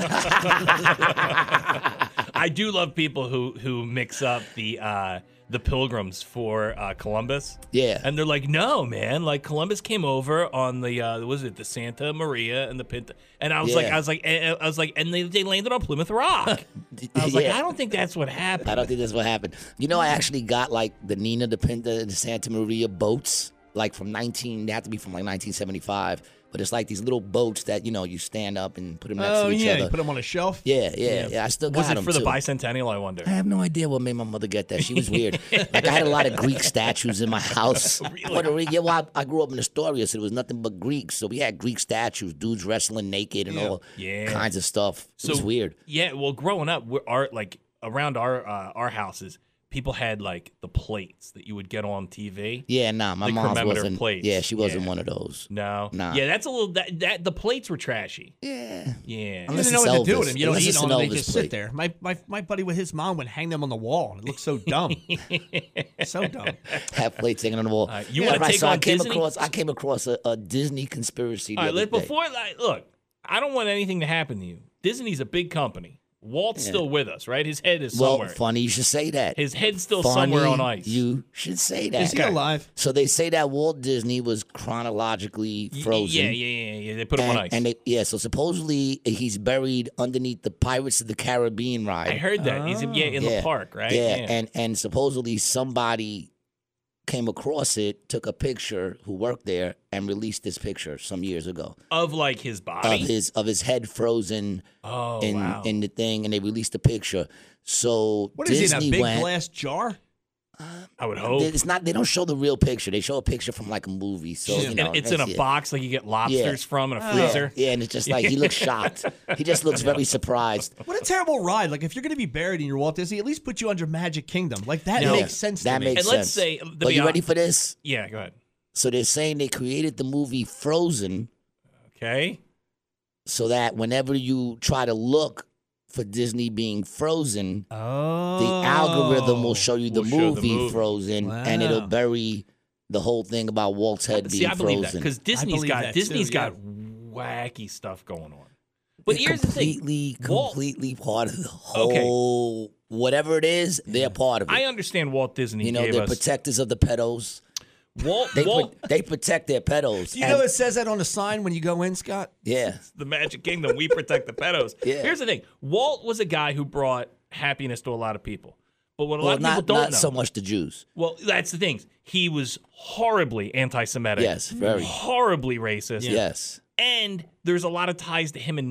Speaker 1: I do love people who who mix up the uh the pilgrims for uh Columbus.
Speaker 5: Yeah.
Speaker 1: And they're like, "No, man, like Columbus came over on the uh was it the Santa Maria and the Pinta." And I was like
Speaker 5: Yeah.
Speaker 1: I was like eh, eh, I was like and they they landed on Plymouth Rock. I was like,
Speaker 5: Yeah.
Speaker 1: "I don't think that's what
Speaker 5: I
Speaker 1: happened."
Speaker 5: don't think that's what happened. You know, I actually got like the Nina, the Pinta, and the Santa Maria boats, like from 19, they have to be from like 1975. But it's like these little boats that, you know, you stand up and put them next
Speaker 2: Oh
Speaker 5: to each
Speaker 2: yeah, you
Speaker 5: other.
Speaker 2: put him on a shelf.
Speaker 5: yeah, yeah, yeah. I still got
Speaker 1: Was it
Speaker 5: them
Speaker 1: for the
Speaker 5: too.
Speaker 1: bicentennial, I wonder?
Speaker 5: I have no idea what made my mother get that. She was weird. like I had a lot of Greek statues in my house. Puerto Rican. Yeah, well, I, I grew up in Astoria, so there was nothing but Greeks. So we had Greek statues, dudes wrestling naked and all
Speaker 1: Yeah.
Speaker 5: kinds of stuff. it was weird.
Speaker 1: Yeah, well, growing up, we're, our like around our uh, our houses, people had like the plates that you would get on TV.
Speaker 5: Yeah, nah, my
Speaker 1: The
Speaker 5: mom
Speaker 1: commemorative
Speaker 5: wasn't.
Speaker 1: plates.
Speaker 5: Yeah, she wasn't
Speaker 1: Yeah.
Speaker 5: one of those.
Speaker 1: No.
Speaker 5: Nah.
Speaker 1: Yeah, that's a little that that the plates were trashy.
Speaker 5: Yeah.
Speaker 1: Yeah.
Speaker 2: You
Speaker 5: Unless
Speaker 2: didn't know
Speaker 5: it's
Speaker 2: what to do
Speaker 5: Elvis.
Speaker 2: with him. You don't
Speaker 5: Unless
Speaker 2: eat
Speaker 5: it's
Speaker 2: on
Speaker 5: an
Speaker 2: them. They
Speaker 5: Elvis
Speaker 2: just
Speaker 5: plate.
Speaker 2: sit there. My, my my buddy with his mom would hang them on the wall, and it looked so dumb. so dumb.
Speaker 5: Have plates hanging on the wall.
Speaker 1: you
Speaker 5: Yeah,
Speaker 1: wanna
Speaker 5: right,
Speaker 1: take
Speaker 5: so I
Speaker 1: on
Speaker 5: came
Speaker 1: Disney?
Speaker 5: across I came across a, a Disney conspiracy. The
Speaker 1: All right,
Speaker 5: other
Speaker 1: let,
Speaker 5: day.
Speaker 1: before like, look, I don't want anything to happen to you. Disney's a big company. Walt's still with us, right? His head is
Speaker 5: well,
Speaker 1: somewhere.
Speaker 5: funny you should say that.
Speaker 1: His head's still
Speaker 5: funny
Speaker 1: somewhere on ice.
Speaker 5: You should say that.
Speaker 2: Is he alive?
Speaker 5: So they say that Walt Disney was chronologically
Speaker 1: Y-
Speaker 5: frozen.
Speaker 1: Yeah, yeah, yeah, yeah. They put him
Speaker 5: And,
Speaker 1: on ice.
Speaker 5: and they, yeah, so supposedly he's buried underneath the Pirates of the Caribbean ride.
Speaker 1: I heard that. He's yeah, in
Speaker 5: yeah,
Speaker 1: the park, right?
Speaker 5: Oh. Yeah, and and supposedly somebody came across it, took a picture who worked there, and released this picture some years ago
Speaker 1: of like his
Speaker 5: of
Speaker 1: body.
Speaker 5: his of his head frozen
Speaker 1: oh
Speaker 5: in
Speaker 1: wow.
Speaker 5: in the thing, and they released the picture. So
Speaker 2: What is
Speaker 5: Disney
Speaker 2: he in a big
Speaker 5: went.
Speaker 2: glass jar?
Speaker 1: I would hope.
Speaker 5: It's not. They don't show the real picture. They show a picture from like a movie. So you
Speaker 1: And
Speaker 5: know,
Speaker 1: it's in a
Speaker 5: that's it. Oh.
Speaker 1: box like you get lobsters from in a
Speaker 5: Yeah,
Speaker 1: freezer.
Speaker 5: yeah, and it's just like he looks shocked. He just looks very surprised.
Speaker 2: What a terrible ride! Like if you're going to be buried in your Walt Disney, at least put you under Magic Kingdom. Like that
Speaker 5: Yeah,
Speaker 2: makes sense.
Speaker 5: That
Speaker 2: to me.
Speaker 5: makes
Speaker 1: And let's
Speaker 5: sense.
Speaker 1: say- to
Speaker 5: But
Speaker 1: be
Speaker 5: you ready
Speaker 1: honest-
Speaker 5: for this?
Speaker 1: Yeah, go ahead.
Speaker 5: So they're saying they created the movie Frozen
Speaker 1: Okay.
Speaker 5: so that whenever you try to look for Disney being frozen,
Speaker 1: Oh.
Speaker 5: the algorithm
Speaker 2: Oh.
Speaker 5: will show you the,
Speaker 1: Will show the
Speaker 5: movie,
Speaker 1: movie.
Speaker 5: Frozen, and it'll
Speaker 2: Wow.
Speaker 5: bury the whole thing about Walt's head
Speaker 1: See,
Speaker 5: being
Speaker 1: I believe that
Speaker 5: frozen.
Speaker 1: because Disney's
Speaker 2: believe
Speaker 1: got
Speaker 2: that too,
Speaker 1: Disney's
Speaker 2: yeah.
Speaker 1: got wacky stuff going on. But
Speaker 5: They're
Speaker 1: here's the thing:
Speaker 5: completely,
Speaker 1: Walt-
Speaker 5: completely part of the
Speaker 1: Okay.
Speaker 5: whole whatever it is, they're part of it.
Speaker 1: I understand Walt Disney
Speaker 5: you know,
Speaker 1: gave
Speaker 5: they're
Speaker 1: us
Speaker 5: protectors of the pedos.
Speaker 1: Walt,
Speaker 5: They
Speaker 1: Walt,
Speaker 5: put, they protect their pedals.
Speaker 2: Do you know it says that on the sign when you go in, Scott?
Speaker 5: yeah.
Speaker 1: the Magic Kingdom. We protect the pedos.
Speaker 5: Yeah.
Speaker 1: Here's the thing: Walt was a guy who brought happiness to a lot of people. But what a lot
Speaker 5: Well,
Speaker 1: of
Speaker 5: not
Speaker 1: people don't
Speaker 5: not
Speaker 1: know.
Speaker 5: so much the Jews.
Speaker 1: Well, that's the thing. He was horribly anti-Semitic.
Speaker 5: Yes, very.
Speaker 1: Horribly racist.
Speaker 5: Yes.
Speaker 1: And there's a lot of ties to him and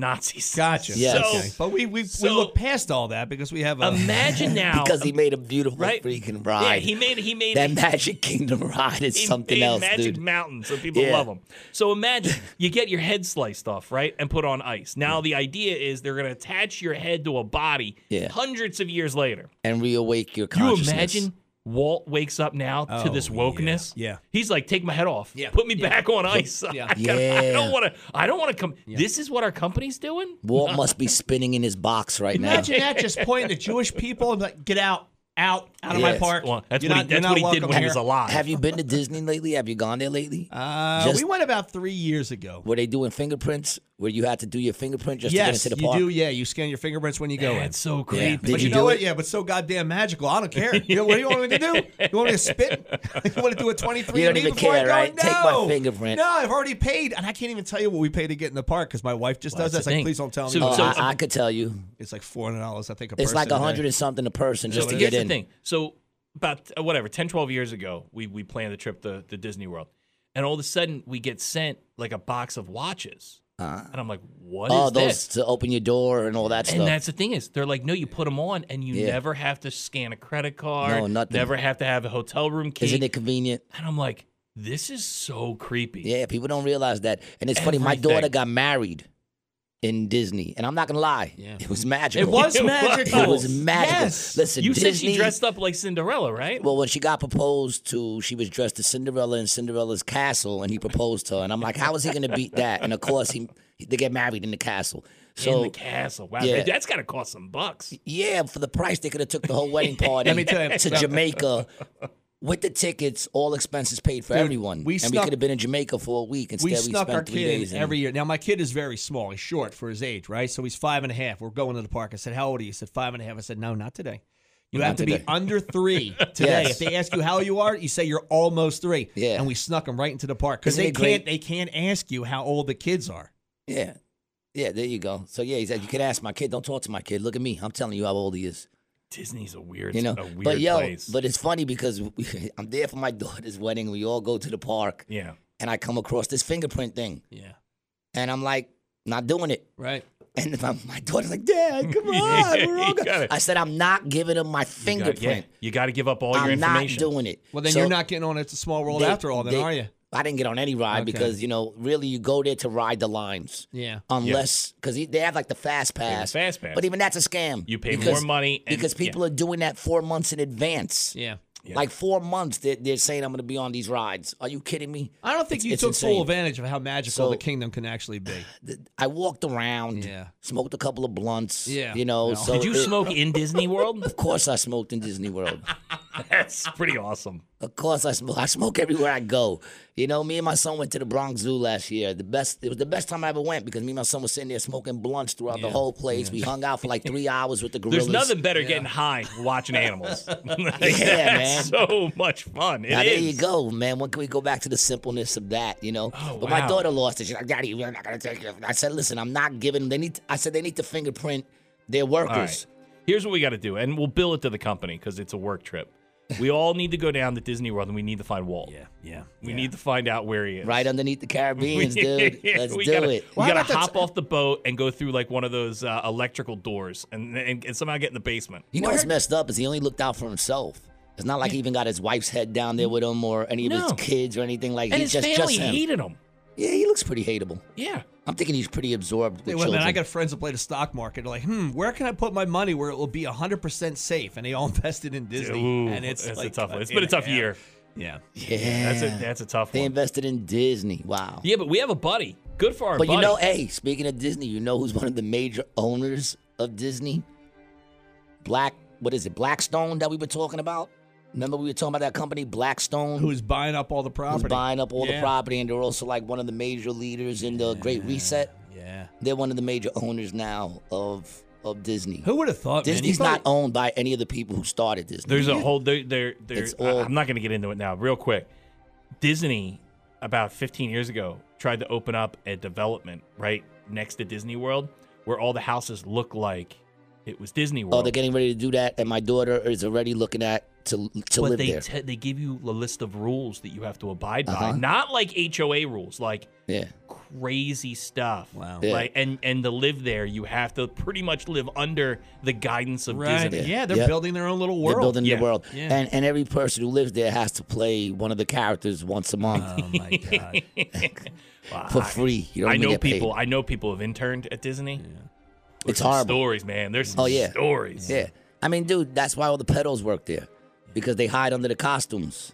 Speaker 1: Nazis.
Speaker 2: Gotcha.
Speaker 5: Yes.
Speaker 1: So-
Speaker 2: Okay. But we we, we
Speaker 1: so-
Speaker 2: look past all that because we have a
Speaker 1: Imagine now um,
Speaker 5: Because he made a beautiful
Speaker 1: right?
Speaker 5: freaking
Speaker 1: Yeah,
Speaker 5: ride.
Speaker 1: he made he made
Speaker 5: that Magic Kingdom ride is
Speaker 1: in-
Speaker 5: something
Speaker 1: in
Speaker 5: else,
Speaker 1: Magic
Speaker 5: dude.
Speaker 1: Mountain, so people
Speaker 5: Yeah.
Speaker 1: love them. So imagine you get your head sliced off, right, and put on ice. Now the idea is they're going to attach your head to a body
Speaker 5: Yeah.
Speaker 1: hundreds of years later.
Speaker 5: and reawake your
Speaker 1: You
Speaker 5: consciousness.
Speaker 1: imagine Walt wakes up now to
Speaker 2: Oh,
Speaker 1: this
Speaker 2: yeah.
Speaker 1: wokeness.
Speaker 2: Yeah.
Speaker 1: he's like, take my head off.
Speaker 2: Yeah.
Speaker 1: put me back on ice.
Speaker 2: Yeah.
Speaker 1: I, gotta- I
Speaker 5: Yeah.
Speaker 1: don't want to. I don't want to come. This is what our company's doing.
Speaker 5: Walt must be spinning in his box right now.
Speaker 2: imagine that just pointing to Jewish people and be like, get out, out, out of my
Speaker 5: Yes.
Speaker 2: park.
Speaker 1: Well, that's
Speaker 2: You're
Speaker 1: what
Speaker 2: not-
Speaker 1: he, that's
Speaker 2: you're
Speaker 1: what
Speaker 2: not
Speaker 1: he did
Speaker 2: welcome
Speaker 1: when he was
Speaker 2: here."
Speaker 1: alive.
Speaker 5: Have you been to Disney lately? Have you gone there lately?
Speaker 2: Uh,
Speaker 5: Just-
Speaker 2: we went about three years ago.
Speaker 5: Were they doing fingerprints? Where you had to do your fingerprint just
Speaker 2: Yes,
Speaker 5: to get into the
Speaker 2: you
Speaker 5: park?
Speaker 2: do. Yeah, you scan your fingerprints when you go in.
Speaker 1: that's so creepy.
Speaker 5: Did
Speaker 2: but you,
Speaker 5: you
Speaker 2: know
Speaker 5: do
Speaker 2: what?
Speaker 5: it?
Speaker 2: Yeah, but it's so goddamn magical. I don't care. You know, what do you want me to do? You want me to spit? you want to do a twenty-three?
Speaker 5: You don't
Speaker 2: to me
Speaker 5: even
Speaker 2: before I
Speaker 5: care,
Speaker 2: go?
Speaker 5: right? Take my
Speaker 2: No.
Speaker 5: fingerprint.
Speaker 2: No, I've already paid, and I can't even tell you what we paid to get in the park because my wife just does that.
Speaker 1: that's
Speaker 2: It's
Speaker 1: the
Speaker 2: like,
Speaker 1: thing.
Speaker 2: please don't tell
Speaker 1: So-
Speaker 2: me.
Speaker 5: Oh,
Speaker 1: so-
Speaker 5: I, I could tell you.
Speaker 2: it's like four hundred dollars, I think. A
Speaker 5: It's
Speaker 2: person
Speaker 5: like
Speaker 2: a
Speaker 5: a hundred and something a person
Speaker 1: So
Speaker 5: just to
Speaker 1: here's
Speaker 5: get
Speaker 1: the
Speaker 5: in.
Speaker 1: thing. So about uh, whatever, 10, 12 years ago, we we planned the trip to, to Disney World, and all of a sudden we get sent like a box of watches, and I'm like, what is
Speaker 5: Uh-huh. Oh, those
Speaker 1: this?
Speaker 5: to open your door and all that
Speaker 1: And
Speaker 5: stuff.
Speaker 1: that's the thing is, they're like, no, you put them on, and you
Speaker 5: Yeah.
Speaker 1: never have to scan a credit card.
Speaker 5: No, nothing.
Speaker 1: Never have to have a hotel room key.
Speaker 5: Isn't it convenient?
Speaker 1: And I'm like, this is so creepy.
Speaker 5: Yeah, people don't realize that. And it's funny, my
Speaker 1: Everything.
Speaker 5: daughter got married in Disney. And I'm not gonna lie. It was magical.
Speaker 1: It was
Speaker 5: It
Speaker 1: magical.
Speaker 5: was magical.
Speaker 2: Yes.
Speaker 5: Listen,
Speaker 1: You
Speaker 5: Disney
Speaker 1: said she dressed up like Cinderella, right?
Speaker 5: Well, when she got proposed to, she was dressed as Cinderella in Cinderella's castle, and he proposed to her. And I'm like, how is he going to beat that? And of course, he they get married in the castle. So
Speaker 1: in the castle. Wow,
Speaker 5: Yeah.
Speaker 1: that's gotta cost some bucks.
Speaker 5: yeah, for the price, they could have took the whole wedding party
Speaker 2: Let me tell you-
Speaker 5: to Jamaica with the tickets, all expenses paid for everyone,
Speaker 2: we
Speaker 5: and we
Speaker 2: snuck-
Speaker 5: could have been in Jamaica for a week. Instead,
Speaker 2: we
Speaker 5: we,
Speaker 2: snuck
Speaker 5: spent
Speaker 2: our
Speaker 5: three
Speaker 2: kid
Speaker 5: days.
Speaker 2: in
Speaker 5: in-
Speaker 2: every year. Now my kid is very small; he's short for his age, right? So he's five and a half. We're going to the park. I said, "How old are you?" He said, five and a half." I said, "No, not today. You have to
Speaker 5: today."
Speaker 2: be under three today.
Speaker 5: Yes.
Speaker 2: If they ask you how you are, you say you're almost three.
Speaker 5: Yeah.
Speaker 2: And we snuck him right into the park because
Speaker 5: Isn't
Speaker 2: they
Speaker 5: it great?
Speaker 2: can't. They can't ask you how old the kids are.
Speaker 5: yeah, yeah. There you go. So yeah, he said you could ask my kid. Don't talk to my kid. Look at me. I'm telling you how old he is.
Speaker 1: Disney's a weird,
Speaker 5: you know.
Speaker 1: a weird
Speaker 5: But yo,
Speaker 1: place.
Speaker 5: but it's funny because we, I'm there for my daughter's wedding. We all go to the park.
Speaker 1: yeah.
Speaker 5: and I come across this fingerprint thing,
Speaker 2: Yeah.
Speaker 5: and I'm like, not doing it.
Speaker 2: Right.
Speaker 5: And my, my daughter's like, Dad, come on, we're all
Speaker 1: you
Speaker 5: good.
Speaker 1: gotta-
Speaker 5: I said, I'm not giving him my
Speaker 1: You gotta- yeah,
Speaker 5: fingerprint.
Speaker 1: You got to give up all your
Speaker 5: I'm not
Speaker 1: information.
Speaker 5: doing it.
Speaker 2: Well, then
Speaker 5: So
Speaker 2: you're not getting on It's a Small World
Speaker 5: they-
Speaker 2: after all, then
Speaker 5: they-
Speaker 2: are you?
Speaker 5: I didn't get on any ride
Speaker 2: Okay.
Speaker 5: because you know, really, you go there to ride the lines,
Speaker 2: Yeah.
Speaker 5: Um, unless because they have like the fast pass,
Speaker 1: fast pass.
Speaker 5: But even that's a scam.
Speaker 1: You pay
Speaker 5: because-
Speaker 1: more money and-
Speaker 5: because people are doing that four months in advance.
Speaker 2: Yeah.
Speaker 5: Like four months, they're, they're saying I'm going to be on these rides. Are you kidding me?
Speaker 2: I don't think
Speaker 5: It's-
Speaker 2: you
Speaker 5: it's
Speaker 2: took full
Speaker 5: insane.
Speaker 2: advantage of how magical
Speaker 5: So-
Speaker 2: the kingdom can actually be.
Speaker 5: I walked around,
Speaker 2: Yeah.
Speaker 5: smoked a couple of blunts.
Speaker 2: Yeah.
Speaker 5: You know,
Speaker 2: No.
Speaker 5: so
Speaker 1: Did you
Speaker 5: it-
Speaker 1: smoke in Disney World?
Speaker 5: Of course I smoked in Disney World.
Speaker 1: That's pretty awesome.
Speaker 5: of course I smoke. I smoke everywhere I go. You know, me and my son went to the Bronx Zoo last year. The best it was the best time I ever went because me and my son was sitting there smoking blunts throughout the whole place. We hung out for like three hours with the gorillas.
Speaker 1: There's nothing better getting high watching animals. That's
Speaker 5: man.
Speaker 1: so much fun. It
Speaker 5: Now there
Speaker 1: is.
Speaker 5: you go, man. When can we go back to the simpleness of that? You know.
Speaker 1: Oh,
Speaker 5: but
Speaker 1: wow.
Speaker 5: my daughter lost it. She's like, "Daddy, we're not gonna take it." I said, "Listen, I'm not giving. They need. I said they need to fingerprint their workers."
Speaker 1: All right. Here's what we got to do, and we'll bill it to the company because it's a work trip. We all need to go down to Disney World, and we need to find Walt.
Speaker 2: Yeah. Yeah.
Speaker 1: We need to find out where he is.
Speaker 5: Right underneath the Caribbeans, dude. Let's
Speaker 1: we
Speaker 5: do
Speaker 1: gotta,
Speaker 5: it.
Speaker 1: We
Speaker 2: Why
Speaker 1: gotta
Speaker 2: not the t-
Speaker 1: hop off the boat and go through like one of those uh, electrical doors, and, and and somehow get in the basement.
Speaker 5: You know what's messed up is he only looked out for himself. It's not like he even got his wife's head down there with him or any of
Speaker 1: Mm. No.
Speaker 5: his kids or anything like.
Speaker 1: And
Speaker 5: he
Speaker 1: his
Speaker 5: just,
Speaker 1: family
Speaker 5: just him.
Speaker 1: hated him.
Speaker 5: Yeah, he looks pretty hateable.
Speaker 1: Yeah.
Speaker 5: I'm thinking he's pretty absorbed with
Speaker 2: Hey, wait a
Speaker 5: children.
Speaker 2: minute, I got friends that play the stock market. They're like, hmm, where can I put my money where it will be 100% safe? And they all invested in Disney.
Speaker 1: Ooh,
Speaker 2: and it's
Speaker 1: that's
Speaker 2: like,
Speaker 1: a tough one. It's
Speaker 2: goddamn
Speaker 1: been a tough
Speaker 2: it, yeah.
Speaker 1: year.
Speaker 2: Yeah.
Speaker 5: uh, yeah,
Speaker 1: That's a that's a tough
Speaker 5: they
Speaker 1: one.
Speaker 5: invested in Disney. Wow.
Speaker 1: yeah, but we have a buddy. Good for our
Speaker 5: but
Speaker 1: buddy.
Speaker 5: you know, eh, hey, speaking of Disney, you know who's one of the major owners of Disney? Black, what is it? Blackstone that we were talking about. Remember we were talking about that company, Blackstone.
Speaker 2: Who's buying up all the
Speaker 5: who's
Speaker 2: property?
Speaker 5: buying up all
Speaker 2: Yeah.
Speaker 5: the property, and they're also like one of the major leaders in the Great Reset.
Speaker 2: Yeah.
Speaker 5: They're one of the major owners now of of Disney.
Speaker 2: Who would have thought, man?
Speaker 5: Disney's
Speaker 2: You
Speaker 5: not
Speaker 2: probably-
Speaker 5: owned by any of the people who started Disney.
Speaker 1: There's a whole there there, there
Speaker 5: It's all-
Speaker 1: I- I'm not going to get into it now. Real quick, Disney about 15 years ago tried to open up a development right next to Disney World where all the houses look like it was Disney
Speaker 5: Oh,
Speaker 1: World.
Speaker 5: they're getting ready to do that, and my daughter is already looking at to to
Speaker 1: but
Speaker 5: live
Speaker 1: they
Speaker 5: there.
Speaker 1: te- they give you a list of rules that you have to abide
Speaker 5: Uh-huh.
Speaker 1: by, not like HOA rules, like
Speaker 5: yeah,
Speaker 1: crazy stuff.
Speaker 2: Wow.
Speaker 5: Yeah.
Speaker 1: Like and and to live there, you have to pretty much live under the guidance of
Speaker 2: Right.
Speaker 1: Disney.
Speaker 2: Yeah, they're
Speaker 5: Yep.
Speaker 2: building their own little
Speaker 5: they're
Speaker 2: world.
Speaker 5: building
Speaker 1: Yeah.
Speaker 5: the world,
Speaker 2: Yeah.
Speaker 5: and and every person who lives there has to play one of the characters once a month
Speaker 2: oh my god.
Speaker 1: Wow.
Speaker 5: for free. You don't
Speaker 1: I
Speaker 5: even
Speaker 1: know
Speaker 5: get paid.
Speaker 1: people. I know people have interned at Disney.
Speaker 5: It's
Speaker 1: Some
Speaker 5: horrible.
Speaker 1: Stories, man. There's some
Speaker 5: Oh, yeah.
Speaker 1: stories.
Speaker 5: Yeah, I mean, dude, that's why all the pedos work there because they hide under the costumes.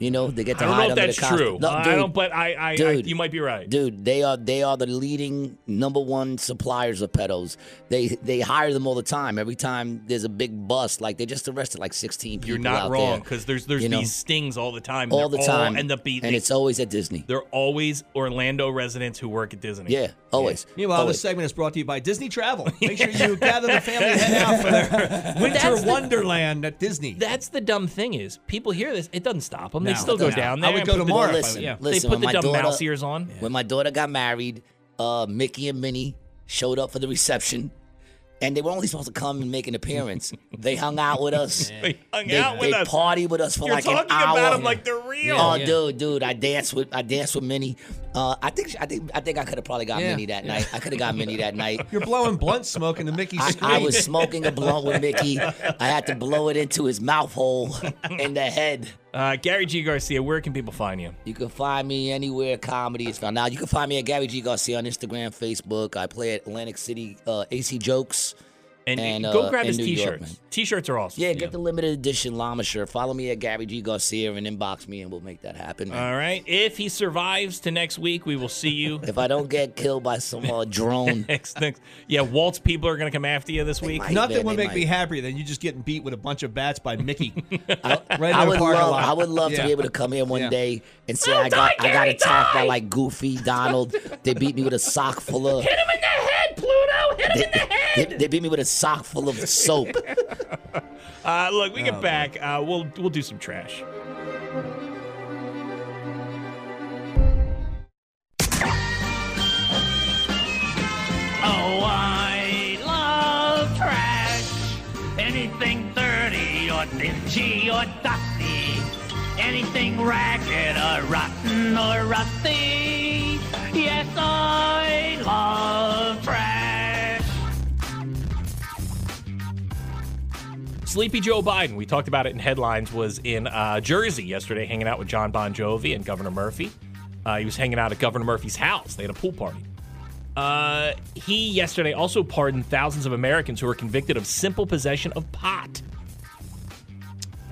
Speaker 5: You know, they get
Speaker 1: I
Speaker 5: to
Speaker 1: don't know
Speaker 5: hide
Speaker 1: if
Speaker 5: under
Speaker 1: that's
Speaker 5: the costumes.
Speaker 1: true.
Speaker 5: No,
Speaker 1: I
Speaker 5: dude,
Speaker 1: don't, but I, I, I,
Speaker 5: dude.
Speaker 1: you might be right.
Speaker 5: Dude, they are they are the leading number one suppliers of pedos. They they hire them all the time. Every time there's a big bust, like they just arrested like 16 people.
Speaker 1: You're not
Speaker 5: out
Speaker 1: wrong
Speaker 5: there,
Speaker 1: because there's there's
Speaker 5: you know,
Speaker 1: these stings all the time.
Speaker 5: all the
Speaker 1: They're
Speaker 5: time,
Speaker 1: end up being.
Speaker 5: and it's always at Disney.
Speaker 1: they're always Orlando residents who work at Disney.
Speaker 5: Yeah, always.
Speaker 2: Meanwhile,
Speaker 5: always.
Speaker 2: this segment is brought to you by Disney Travel. Make sure you gather the family and head out for their winter wonderland at Disney.
Speaker 1: That's the dumb thing is people hear this. It doesn't stop them. they
Speaker 2: No,
Speaker 1: still
Speaker 2: no.
Speaker 1: go down
Speaker 2: I
Speaker 1: there.
Speaker 2: would
Speaker 1: and
Speaker 2: go
Speaker 1: put the-
Speaker 2: tomorrow if I-
Speaker 5: listen,
Speaker 2: yeah.
Speaker 1: They
Speaker 5: listen,
Speaker 1: put
Speaker 5: when
Speaker 1: the
Speaker 5: my
Speaker 1: dumb
Speaker 5: daughter,
Speaker 1: mouse ears on.
Speaker 5: When my daughter got married, uh, Mickey and Minnie showed up for the reception, and they were only supposed to come and make an appearance. they hung out with us.
Speaker 1: They hung
Speaker 5: They,
Speaker 1: out with
Speaker 5: they
Speaker 1: us.
Speaker 5: party with us for
Speaker 1: You're
Speaker 5: like
Speaker 1: talking
Speaker 5: an hour.
Speaker 1: about them like they're real.
Speaker 5: Oh,
Speaker 2: Yeah.
Speaker 5: dude, dude! I danced with I danced with Minnie. Uh, I think I think I think I could have probably got
Speaker 2: Yeah.
Speaker 5: Minnie that night. I could have got Minnie that night.
Speaker 2: You're blowing blunt smoke into Mickey's
Speaker 5: I,
Speaker 2: screen.
Speaker 5: I was smoking a blunt with Mickey. I had to blow it into his mouth hole in the head.
Speaker 1: Uh, Gary G Garcia, where can people find you?
Speaker 5: You can find me anywhere comedy is found. Now you can find me at Gary G Garcia on Instagram, Facebook. I play at Atlantic City uh, AC Jokes.
Speaker 1: And,
Speaker 5: And,
Speaker 1: go
Speaker 5: uh,
Speaker 1: grab
Speaker 5: in
Speaker 1: his
Speaker 5: New
Speaker 1: t-shirts.
Speaker 5: York, man.
Speaker 1: t-shirts are awesome.
Speaker 5: Yeah, get the limited edition llama shirt. Follow me at Gary G Garcia and inbox me, and we'll make that happen. man.
Speaker 1: All right. If he survives to next week, we will see you
Speaker 5: If I don't get killed by some uh, drone,
Speaker 1: next next. Yeah, Walt's people are gonna come after you this week.
Speaker 5: might.
Speaker 2: Nothing
Speaker 5: Man,
Speaker 2: would
Speaker 5: they
Speaker 2: make me
Speaker 5: might.
Speaker 2: happier than you just getting beat with a bunch of bats by Mickey.
Speaker 5: I,
Speaker 2: Right in
Speaker 5: I
Speaker 2: the
Speaker 5: would
Speaker 2: parking
Speaker 5: love,
Speaker 2: lot.
Speaker 5: I would love to
Speaker 2: Yeah.
Speaker 5: be able to come in one
Speaker 2: Yeah.
Speaker 5: day and say I got I got attacked by like Goofy Donald. they beat me with a sock full of. Hit him in the head, Pluto! Hit him in the head. They, they beat me with a sock full of soap.
Speaker 1: Uh, look, we get back. Uh, we'll we'll do some trash.
Speaker 6: Oh, I love trash. Anything dirty or dingy or dusty. Anything ragged or rotten or rusty. Yes, I love trash.
Speaker 1: Sleepy Joe Biden, we talked about it in headlines, was in uh, Jersey yesterday hanging out with John Bon Jovi and Governor Murphy. Uh, he was hanging out at Governor Murphy's house. They had a pool party. Uh, he yesterday also pardoned thousands of Americans who were convicted of simple possession of pot.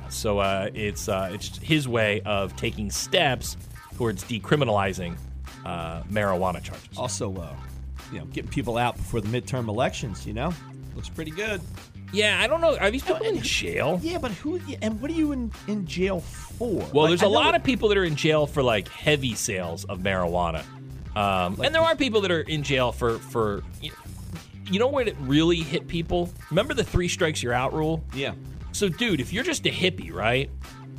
Speaker 1: So uh, it's uh, it's his way of taking steps towards decriminalizing uh, marijuana charges.
Speaker 2: also, uh, you know, getting people out before the midterm elections. You know, looks pretty good.
Speaker 1: Yeah, I don't know. Are these people in jail?
Speaker 2: Yeah, but who? And what are you in in jail for?
Speaker 1: Well, there's a lot of people that are in jail for like heavy sales of marijuana, um, and there are people that are in jail for for. You you know where it really hit people? Remember the three strikes you're out rule?
Speaker 2: Yeah,
Speaker 1: So, dude, if you're just a hippie, right,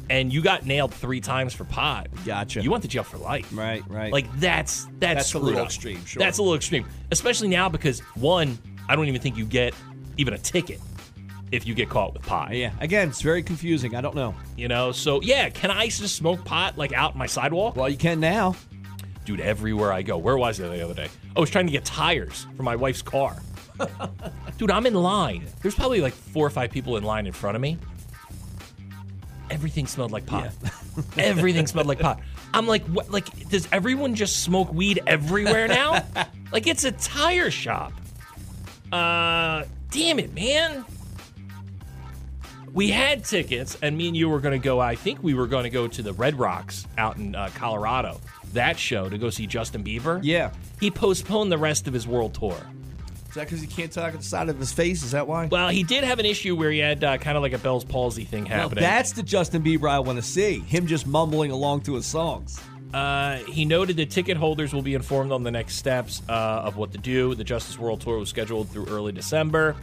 Speaker 1: and you got nailed three times for pot,
Speaker 2: Gotcha.
Speaker 1: You went to jail for life,
Speaker 2: right, right.
Speaker 1: Like that's that's,
Speaker 2: That's a
Speaker 1: screwed
Speaker 2: little
Speaker 1: up.
Speaker 2: extreme, sure.
Speaker 1: That's a little extreme, especially now because one, I don't even think you get even a ticket if you get caught with pot.
Speaker 2: yeah. Again, it's very confusing. I don't know.
Speaker 1: You know, so yeah, can I just smoke pot like out my sidewalk?
Speaker 2: Well, you can now.
Speaker 1: Dude, everywhere I go. Where was I the other day? I was trying to get tires for my wife's car. Dude, I'm in line. There's probably like four or five people in line in front of me. Everything smelled like pot. Everything smelled like pot. I'm like, what? Like, does everyone just smoke weed everywhere now? like, it's a tire shop. Uh, damn it, man. We had tickets, and me and you were going to go. I think we were going to go to the Red Rocks out in uh, Colorado. That show to go see Justin Bieber.
Speaker 2: Yeah.
Speaker 1: he postponed the rest of his world tour.
Speaker 2: Is that because he can't talk at the side of his face? Is that why?
Speaker 1: Well, he did have an issue where he had uh, kind of like a Bell's palsy thing
Speaker 2: Now,
Speaker 1: happening.
Speaker 2: that's the Justin Bieber I want to see. Him just mumbling along to his songs.
Speaker 1: Uh, he noted that ticket holders will be informed on the next steps uh, of what to do. The Justice World Tour was scheduled through early December.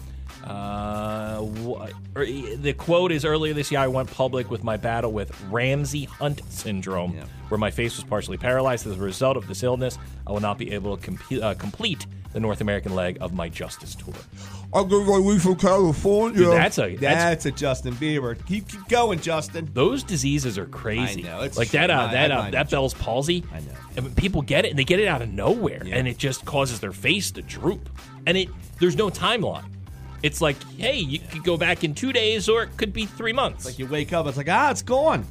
Speaker 1: Uh, what, or, e- the quote is earlier this year I went public with my battle with Ramsey Hunt syndrome,
Speaker 2: Yeah.
Speaker 1: where my face was partially paralyzed as a result of this illness. I will not be able to comp- uh, complete the North American leg of my Justice tour.
Speaker 2: I go right away from California.
Speaker 1: Dude, that's a- that's-
Speaker 2: that's a Justin Bieber. Keep, keep going, Justin.
Speaker 1: Those diseases are crazy.
Speaker 2: I know, it's
Speaker 1: like that,
Speaker 2: true.
Speaker 1: uh,
Speaker 2: I-
Speaker 1: that,
Speaker 2: I
Speaker 1: uh,
Speaker 2: mind
Speaker 1: that
Speaker 2: it.
Speaker 1: Bell's palsy.
Speaker 2: I know.
Speaker 1: I mean, people get it, and they get it out of nowhere,
Speaker 2: Yeah.
Speaker 1: and it just causes their face to droop. And it, there's no timeline. It's like, hey, you could go back in two days, or it could be three months.
Speaker 2: Like you wake up, it's like ah, it's gone.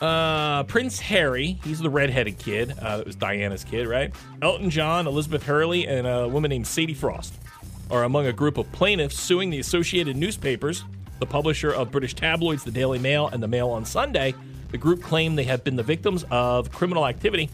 Speaker 1: Uh, Prince Harry, he's the redheaded kid. Uh, that was Diana's kid, right? Elton John, Elizabeth Hurley, and a woman named Sadie Frost are among a group of plaintiffs suing the Associated Newspapers, the publisher of British tabloids The Daily Mail and The Mail on Sunday. The group claim they have been the victims of criminal activity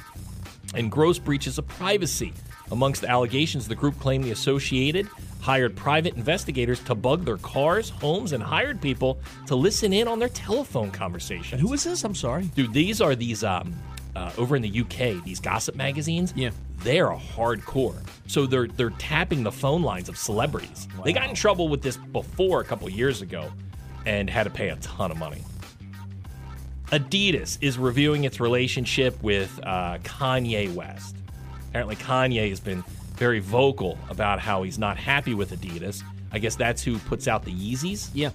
Speaker 1: and gross breaches of privacy. Amongst the allegations, the group claimed the Associated hired private investigators to bug their cars, homes, and hired people to listen in on their telephone conversations.
Speaker 2: Who is this? I'm sorry.
Speaker 1: Dude, these are these um uh, over in the UK, these gossip magazines.
Speaker 2: Yeah.
Speaker 1: They're a hardcore. So they're they're tapping the phone lines of celebrities. They got in trouble with this before a couple years ago and had to pay a ton of money. Adidas is reviewing its relationship with uh, Kanye West. Apparently, Kanye has been very vocal about how he's not happy with Adidas. I guess that's who puts out the Yeezys.
Speaker 2: Yeah.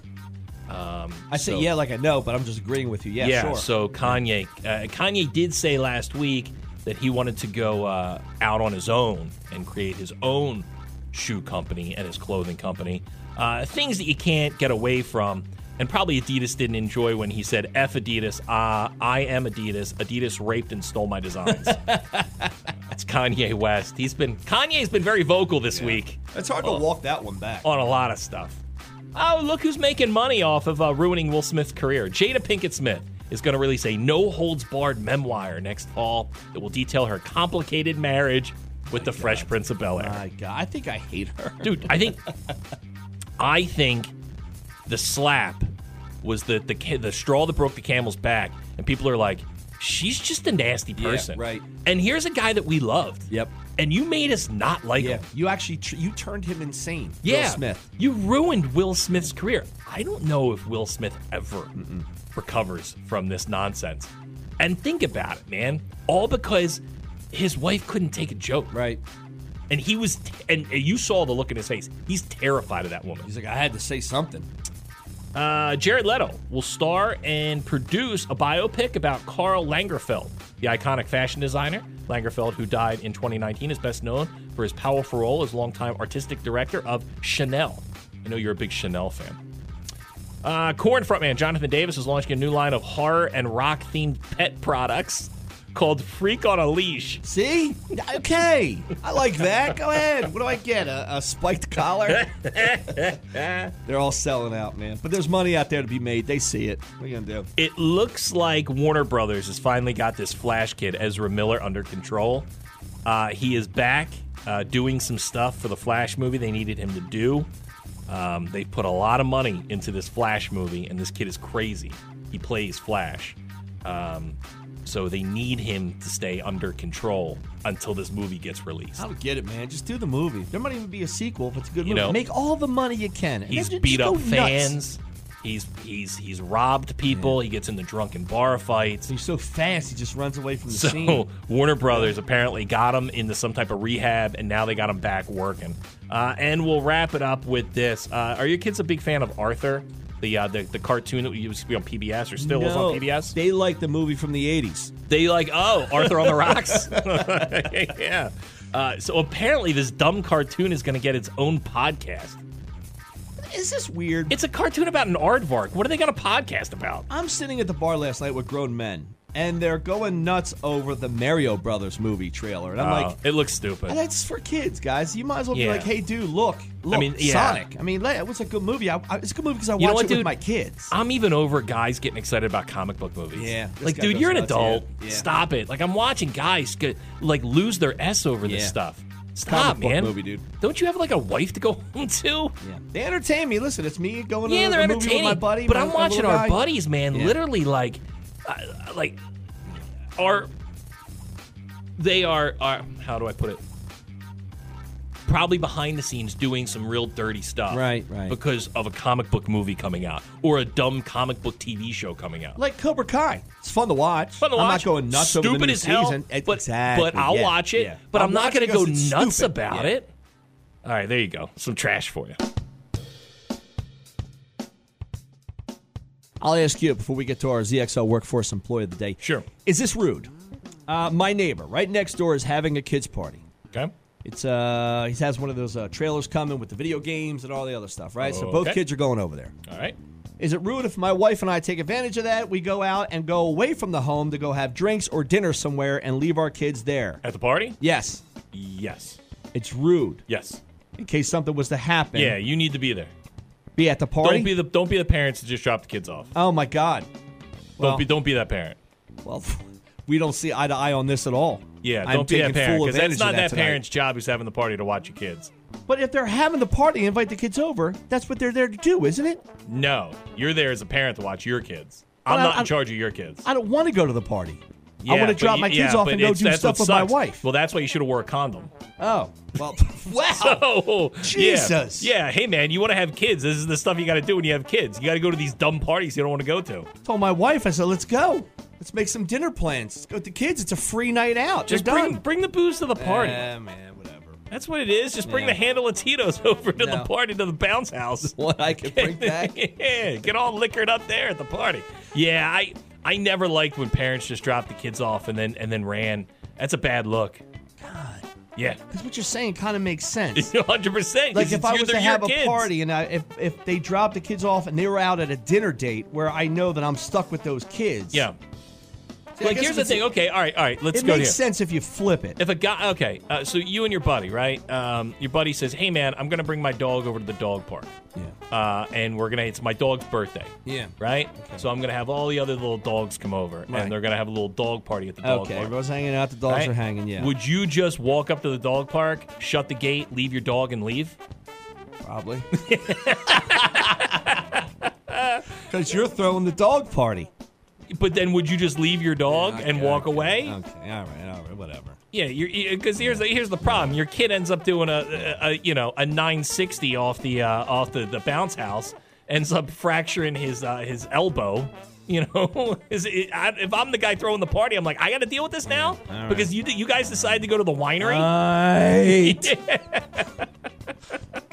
Speaker 2: I say
Speaker 1: Um, so-
Speaker 2: yeah, like I know, but I'm just agreeing with you. Yeah,
Speaker 1: yeah.
Speaker 2: sure.
Speaker 1: So Kanye, uh, Kanye did say last week that he wanted to go uh, out on his own and create his own shoe company and his clothing company. Uh, things that you can't get away from, and probably Adidas didn't enjoy when he said "F Adidas, uh, I am Adidas. Adidas raped and stole my designs." That's Kanye West. He's been Kanye's been very vocal this week
Speaker 2: it's hard to walk that one back.
Speaker 1: uh, on a lot of stuff. Oh, look who's making money off of uh, ruining Will Smith's career. Jada Pinkett Smith is going to release a no holds barred memoir next fall that will detail her complicated marriage with the Fresh Prince of Bel Air.
Speaker 2: My God, I think I hate her.
Speaker 1: Dude, I think, I think the slap was the, the ca- the straw that broke the camel's back, and people are like, she's just a nasty
Speaker 2: Yeah,
Speaker 1: person,
Speaker 2: right.
Speaker 1: And here's a guy that we loved.
Speaker 2: Yep.
Speaker 1: And you made us not like
Speaker 2: Yeah,
Speaker 1: him.
Speaker 2: you actually tr- you turned him insane. Will
Speaker 1: Yeah.
Speaker 2: Smith.
Speaker 1: You ruined Will Smith's career. I don't know if Will Smith ever recovers from this nonsense. And think about it, man. All because his wife couldn't take a joke.
Speaker 2: Right.
Speaker 1: And he was, and and you saw the look in his face. He's terrified of that woman.
Speaker 2: He's like, I had to say something.
Speaker 1: Uh, Jared Leto will star and produce a biopic about Carl Langerfeld, the iconic fashion designer. Langerfeld, who died in 2019, is best known for his powerful role as longtime artistic director of Chanel. I know you're a big Chanel fan. Uh, Korn frontman Jonathan Davis is launching a new line of horror and rock themed pet products called Freak on a Leash.
Speaker 2: See? Okay. I like that. Go ahead. What do I get? A, a spiked collar? They're all selling out, man. But there's money out there to be made. They see it. What are you going to do?
Speaker 1: It looks like Warner Brothers has finally got this Flash kid, Ezra Miller, under control. Uh, he is back uh, doing some stuff for the Flash movie they needed him to do. Um, they put a lot of money into this Flash movie, and this kid is crazy. He plays Flash. Um, so they need him to stay under control until this movie gets released.
Speaker 2: I don't get it, man. Just do the movie. There might even be a sequel if it's a good
Speaker 1: You
Speaker 2: movie.
Speaker 1: know,
Speaker 2: Make all the money you can. And
Speaker 1: He's
Speaker 2: then just
Speaker 1: beat
Speaker 2: go
Speaker 1: up
Speaker 2: nuts.
Speaker 1: fans. He's he's he's robbed people. He gets into drunken bar fights.
Speaker 2: He's so fast, he just runs away from the
Speaker 1: So
Speaker 2: scene.
Speaker 1: Warner Brothers apparently got him into some type of rehab, and now they got him back working. Uh, and we'll wrap it up with this. Uh, are your kids a big fan of Arthur, the uh, the, the cartoon that used to be on PBS or still is
Speaker 2: No,
Speaker 1: on PBS?
Speaker 2: They like the movie from the 80s.
Speaker 1: They like, oh, Arthur on the rocks. yeah. Uh, so apparently, this dumb cartoon is going to get its own podcast.
Speaker 2: Is this weird?
Speaker 1: It's a cartoon about an aardvark. What are they going to podcast about?
Speaker 2: I'm sitting at the bar last night with grown men, and they're going nuts over the Mario Brothers movie trailer. And I'm
Speaker 1: Uh,
Speaker 2: like,
Speaker 1: it looks stupid.
Speaker 2: "Oh, that's for kids, guys. You might as well
Speaker 1: Yeah.
Speaker 2: be like, hey, dude, look, look,
Speaker 1: mean, yeah.
Speaker 2: Sonic. I mean, that was a good movie. I, I, it's a good movie because I watched
Speaker 1: You know what,
Speaker 2: it
Speaker 1: dude?
Speaker 2: with my kids.
Speaker 1: I'm even over guys getting excited about comic book movies.
Speaker 2: Yeah, this
Speaker 1: Like,
Speaker 2: guy
Speaker 1: dude,
Speaker 2: goes
Speaker 1: you're an
Speaker 2: nuts,
Speaker 1: adult.
Speaker 2: yeah, yeah.
Speaker 1: Stop it. Like, I'm watching guys get, like lose their S over this
Speaker 2: Yeah.
Speaker 1: stuff. Stop,
Speaker 2: Comic book
Speaker 1: man.
Speaker 2: movie, dude.
Speaker 1: Don't you have like a wife to go home to?
Speaker 2: yeah. They entertain me. Listen, it's me going
Speaker 1: Yeah,
Speaker 2: to
Speaker 1: they're
Speaker 2: a movie
Speaker 1: entertaining.
Speaker 2: with my buddy.
Speaker 1: but
Speaker 2: my-
Speaker 1: I'm
Speaker 2: my
Speaker 1: watching
Speaker 2: little
Speaker 1: our
Speaker 2: guy.
Speaker 1: buddies, man.
Speaker 2: Yeah.
Speaker 1: Literally, like, uh, like, are they are are how do I put it? probably behind the scenes doing some real dirty stuff.
Speaker 2: Right, right.
Speaker 1: Because of a comic book movie coming out or a dumb comic book TV show coming out.
Speaker 2: Like Cobra Kai. It's fun to watch.
Speaker 1: Fun to
Speaker 2: I'm
Speaker 1: watch.
Speaker 2: not going nuts
Speaker 1: Stupid
Speaker 2: over the new
Speaker 1: as hell,
Speaker 2: season. It-
Speaker 1: But,
Speaker 2: exactly.
Speaker 1: but I'll
Speaker 2: yeah,
Speaker 1: watch it.
Speaker 2: yeah.
Speaker 1: But
Speaker 2: I'll
Speaker 1: I'm not
Speaker 2: watch
Speaker 1: going to go
Speaker 2: because it's
Speaker 1: nuts
Speaker 2: stupid.
Speaker 1: about
Speaker 2: Yeah.
Speaker 1: it. All right, there you go. Some trash for you.
Speaker 2: I'll ask you before we get to our ZXL Workforce Employee of the Day.
Speaker 1: Sure.
Speaker 2: Is this rude? Uh, my neighbor right next door is having a kids' party.
Speaker 1: Okay.
Speaker 2: It's uh, he has one of those uh, trailers coming with the video games and all the other stuff, right? So both
Speaker 1: Oh, Okay.
Speaker 2: kids are going over there.
Speaker 1: All right.
Speaker 2: Is it rude if my wife and I take advantage of that? We go out and go away from the home to go have drinks or dinner somewhere and leave our kids there.
Speaker 1: At the party?
Speaker 2: Yes,
Speaker 1: Yes.
Speaker 2: it's rude.
Speaker 1: Yes.
Speaker 2: In case something was to happen,
Speaker 1: Yeah, you need to be there.
Speaker 2: be at the party.
Speaker 1: Don't be the don't be the parents that just drop the kids off.
Speaker 2: oh my God! Well-
Speaker 1: don't be don't be that parent.
Speaker 2: Well, we don't see eye to eye on this at all.
Speaker 1: Yeah,
Speaker 2: I'm
Speaker 1: don't be that
Speaker 2: taking
Speaker 1: parent
Speaker 2: full
Speaker 1: because
Speaker 2: advantage
Speaker 1: that's
Speaker 2: of
Speaker 1: not that,
Speaker 2: tonight.
Speaker 1: parent's job who's having the party to watch your kids.
Speaker 2: But if they're having the party, invite the kids over. That's what they're there to do, isn't it?
Speaker 1: No, you're there as a parent to watch your kids. I'm
Speaker 2: Well,
Speaker 1: not
Speaker 2: I-
Speaker 1: in charge of your kids.
Speaker 2: I don't want to go to the party.
Speaker 1: Yeah,
Speaker 2: I want to
Speaker 1: but
Speaker 2: drop
Speaker 1: you-
Speaker 2: my kids
Speaker 1: yeah,
Speaker 2: off
Speaker 1: but
Speaker 2: and go
Speaker 1: it's-
Speaker 2: do
Speaker 1: that's what
Speaker 2: stuff with my
Speaker 1: sucks.
Speaker 2: wife.
Speaker 1: Well, that's why you should have wore a condom.
Speaker 2: oh, well, wow.
Speaker 1: Oh, yeah.
Speaker 2: Jesus.
Speaker 1: Yeah. hey man, you want to have kids. This is the stuff you got to do when you have kids. You got to go to these dumb parties you don't want to go to.
Speaker 2: told my wife, I said, let's go. Let's make some dinner plans. Let's go with the kids. It's a free night out.
Speaker 1: Just
Speaker 2: They're
Speaker 1: bring
Speaker 2: done.
Speaker 1: bring the booze to the party.
Speaker 2: Eh, man, whatever.
Speaker 1: That's what it is. Just bring
Speaker 2: Yeah.
Speaker 1: the handle of Tito's over to the
Speaker 2: No.
Speaker 1: party to the bounce house.
Speaker 2: What I can bring back.
Speaker 1: yeah, get all liquored up there at the party. Yeah, I I never liked when parents just dropped the kids off and then and then ran. That's a bad look. God. Yeah.
Speaker 2: Because what you're saying kind of makes sense.
Speaker 1: 100%.
Speaker 2: Like if I was to have
Speaker 1: kids.
Speaker 2: a party and I, if if they dropped the kids off and they were out at a dinner date where I know that I'm stuck with those kids.
Speaker 1: Yeah.
Speaker 2: See, I
Speaker 1: Like
Speaker 2: guess
Speaker 1: here's the
Speaker 2: it's-
Speaker 1: thing. Okay, all right, all right. Let's
Speaker 2: It
Speaker 1: go
Speaker 2: makes
Speaker 1: here.
Speaker 2: sense if you flip it.
Speaker 1: If a guy, okay, uh, so you and your buddy, right? Um, your buddy says, "Hey, man, I'm gonna bring my dog over to the dog park,
Speaker 2: yeah.
Speaker 1: uh, and we're gonna. It's my dog's birthday,
Speaker 2: Yeah.
Speaker 1: right? So I'm gonna have all the other little dogs come over,
Speaker 2: Right.
Speaker 1: and they're gonna have a little dog party at the dog
Speaker 2: Okay,
Speaker 1: park.
Speaker 2: everyone's hanging out. The dogs
Speaker 1: right?
Speaker 2: are hanging. Yeah.
Speaker 1: Would you just walk up to the dog park, shut the gate, leave your dog, and leave?
Speaker 2: Probably. Because you're throwing the dog party.
Speaker 1: But then would you just leave your dog and
Speaker 2: Okay,
Speaker 1: walk
Speaker 2: okay,
Speaker 1: away?
Speaker 2: Okay, all right, all right, whatever.
Speaker 1: Yeah, you're because here's the here's the problem. Your kid ends up doing a, a, a you know a 960 off the uh, off the, the bounce house, ends up fracturing his uh, his elbow. You know, Is it- I- if I'm the guy throwing the party, I'm like, I got to deal with this now because you you guys decide to go to the winery.
Speaker 2: Right.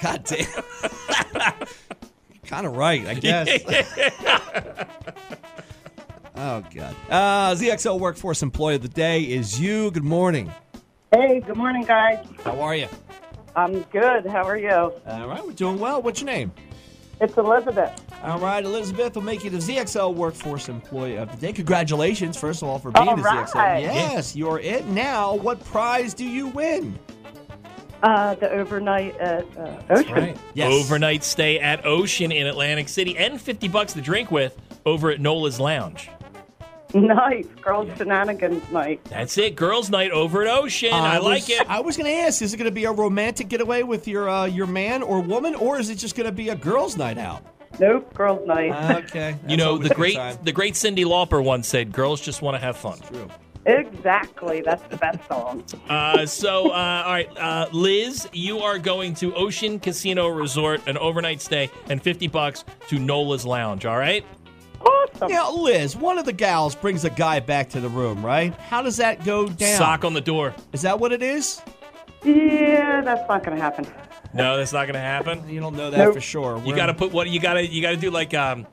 Speaker 2: God damn. kind of right, I guess. oh God. Uh, ZXL Workforce Employee of the Day is you. Good morning.
Speaker 7: Hey, good morning, guys.
Speaker 2: How are you?
Speaker 7: I'm good. How are you?
Speaker 2: All right, we're doing well. What's your name?
Speaker 7: It's Elizabeth.
Speaker 2: All right, Elizabeth will make you the ZXL Workforce Employee of the Day. Congratulations, first of all, for being
Speaker 7: All
Speaker 2: the ZXL.
Speaker 7: right.
Speaker 2: Yes, you're it now. What prize do you win?
Speaker 7: Uh, the overnight at uh, Ocean.
Speaker 2: Yes.
Speaker 1: Overnight stay at Ocean in Atlantic City and 50 bucks to drink with over at Nola's Lounge.
Speaker 7: Nice. Girls shenanigans night.
Speaker 1: That's it, girls' night over at Ocean. I, like
Speaker 2: was-
Speaker 1: it.
Speaker 2: Um, I was going to ask: Is it going to be a romantic getaway with your uh, your man or woman, or is it just going to be a girls' night out?
Speaker 7: Nope, girls night.
Speaker 2: Uh. Okay,
Speaker 1: You know, the great the great Cindy Lauper once said, "Girls just want to have fun."
Speaker 7: exactly. That's the best song.
Speaker 1: Uh, so, uh, all right, uh, Liz, you are going to Ocean Casino Resort, an overnight stay, and fifty bucks to Nola's Lounge. All right.
Speaker 7: Awesome.
Speaker 2: Now, Liz, one of the gals brings a guy back to the room, right? How does that go down?
Speaker 1: Sock on the door.
Speaker 2: Is that what it is?
Speaker 7: Yeah, that's not going to happen.
Speaker 1: No, that's not gonna happen.
Speaker 2: You don't know that
Speaker 7: Nope.
Speaker 2: for sure.
Speaker 1: You
Speaker 2: We're-
Speaker 1: gotta put what you gotta you gotta do like um,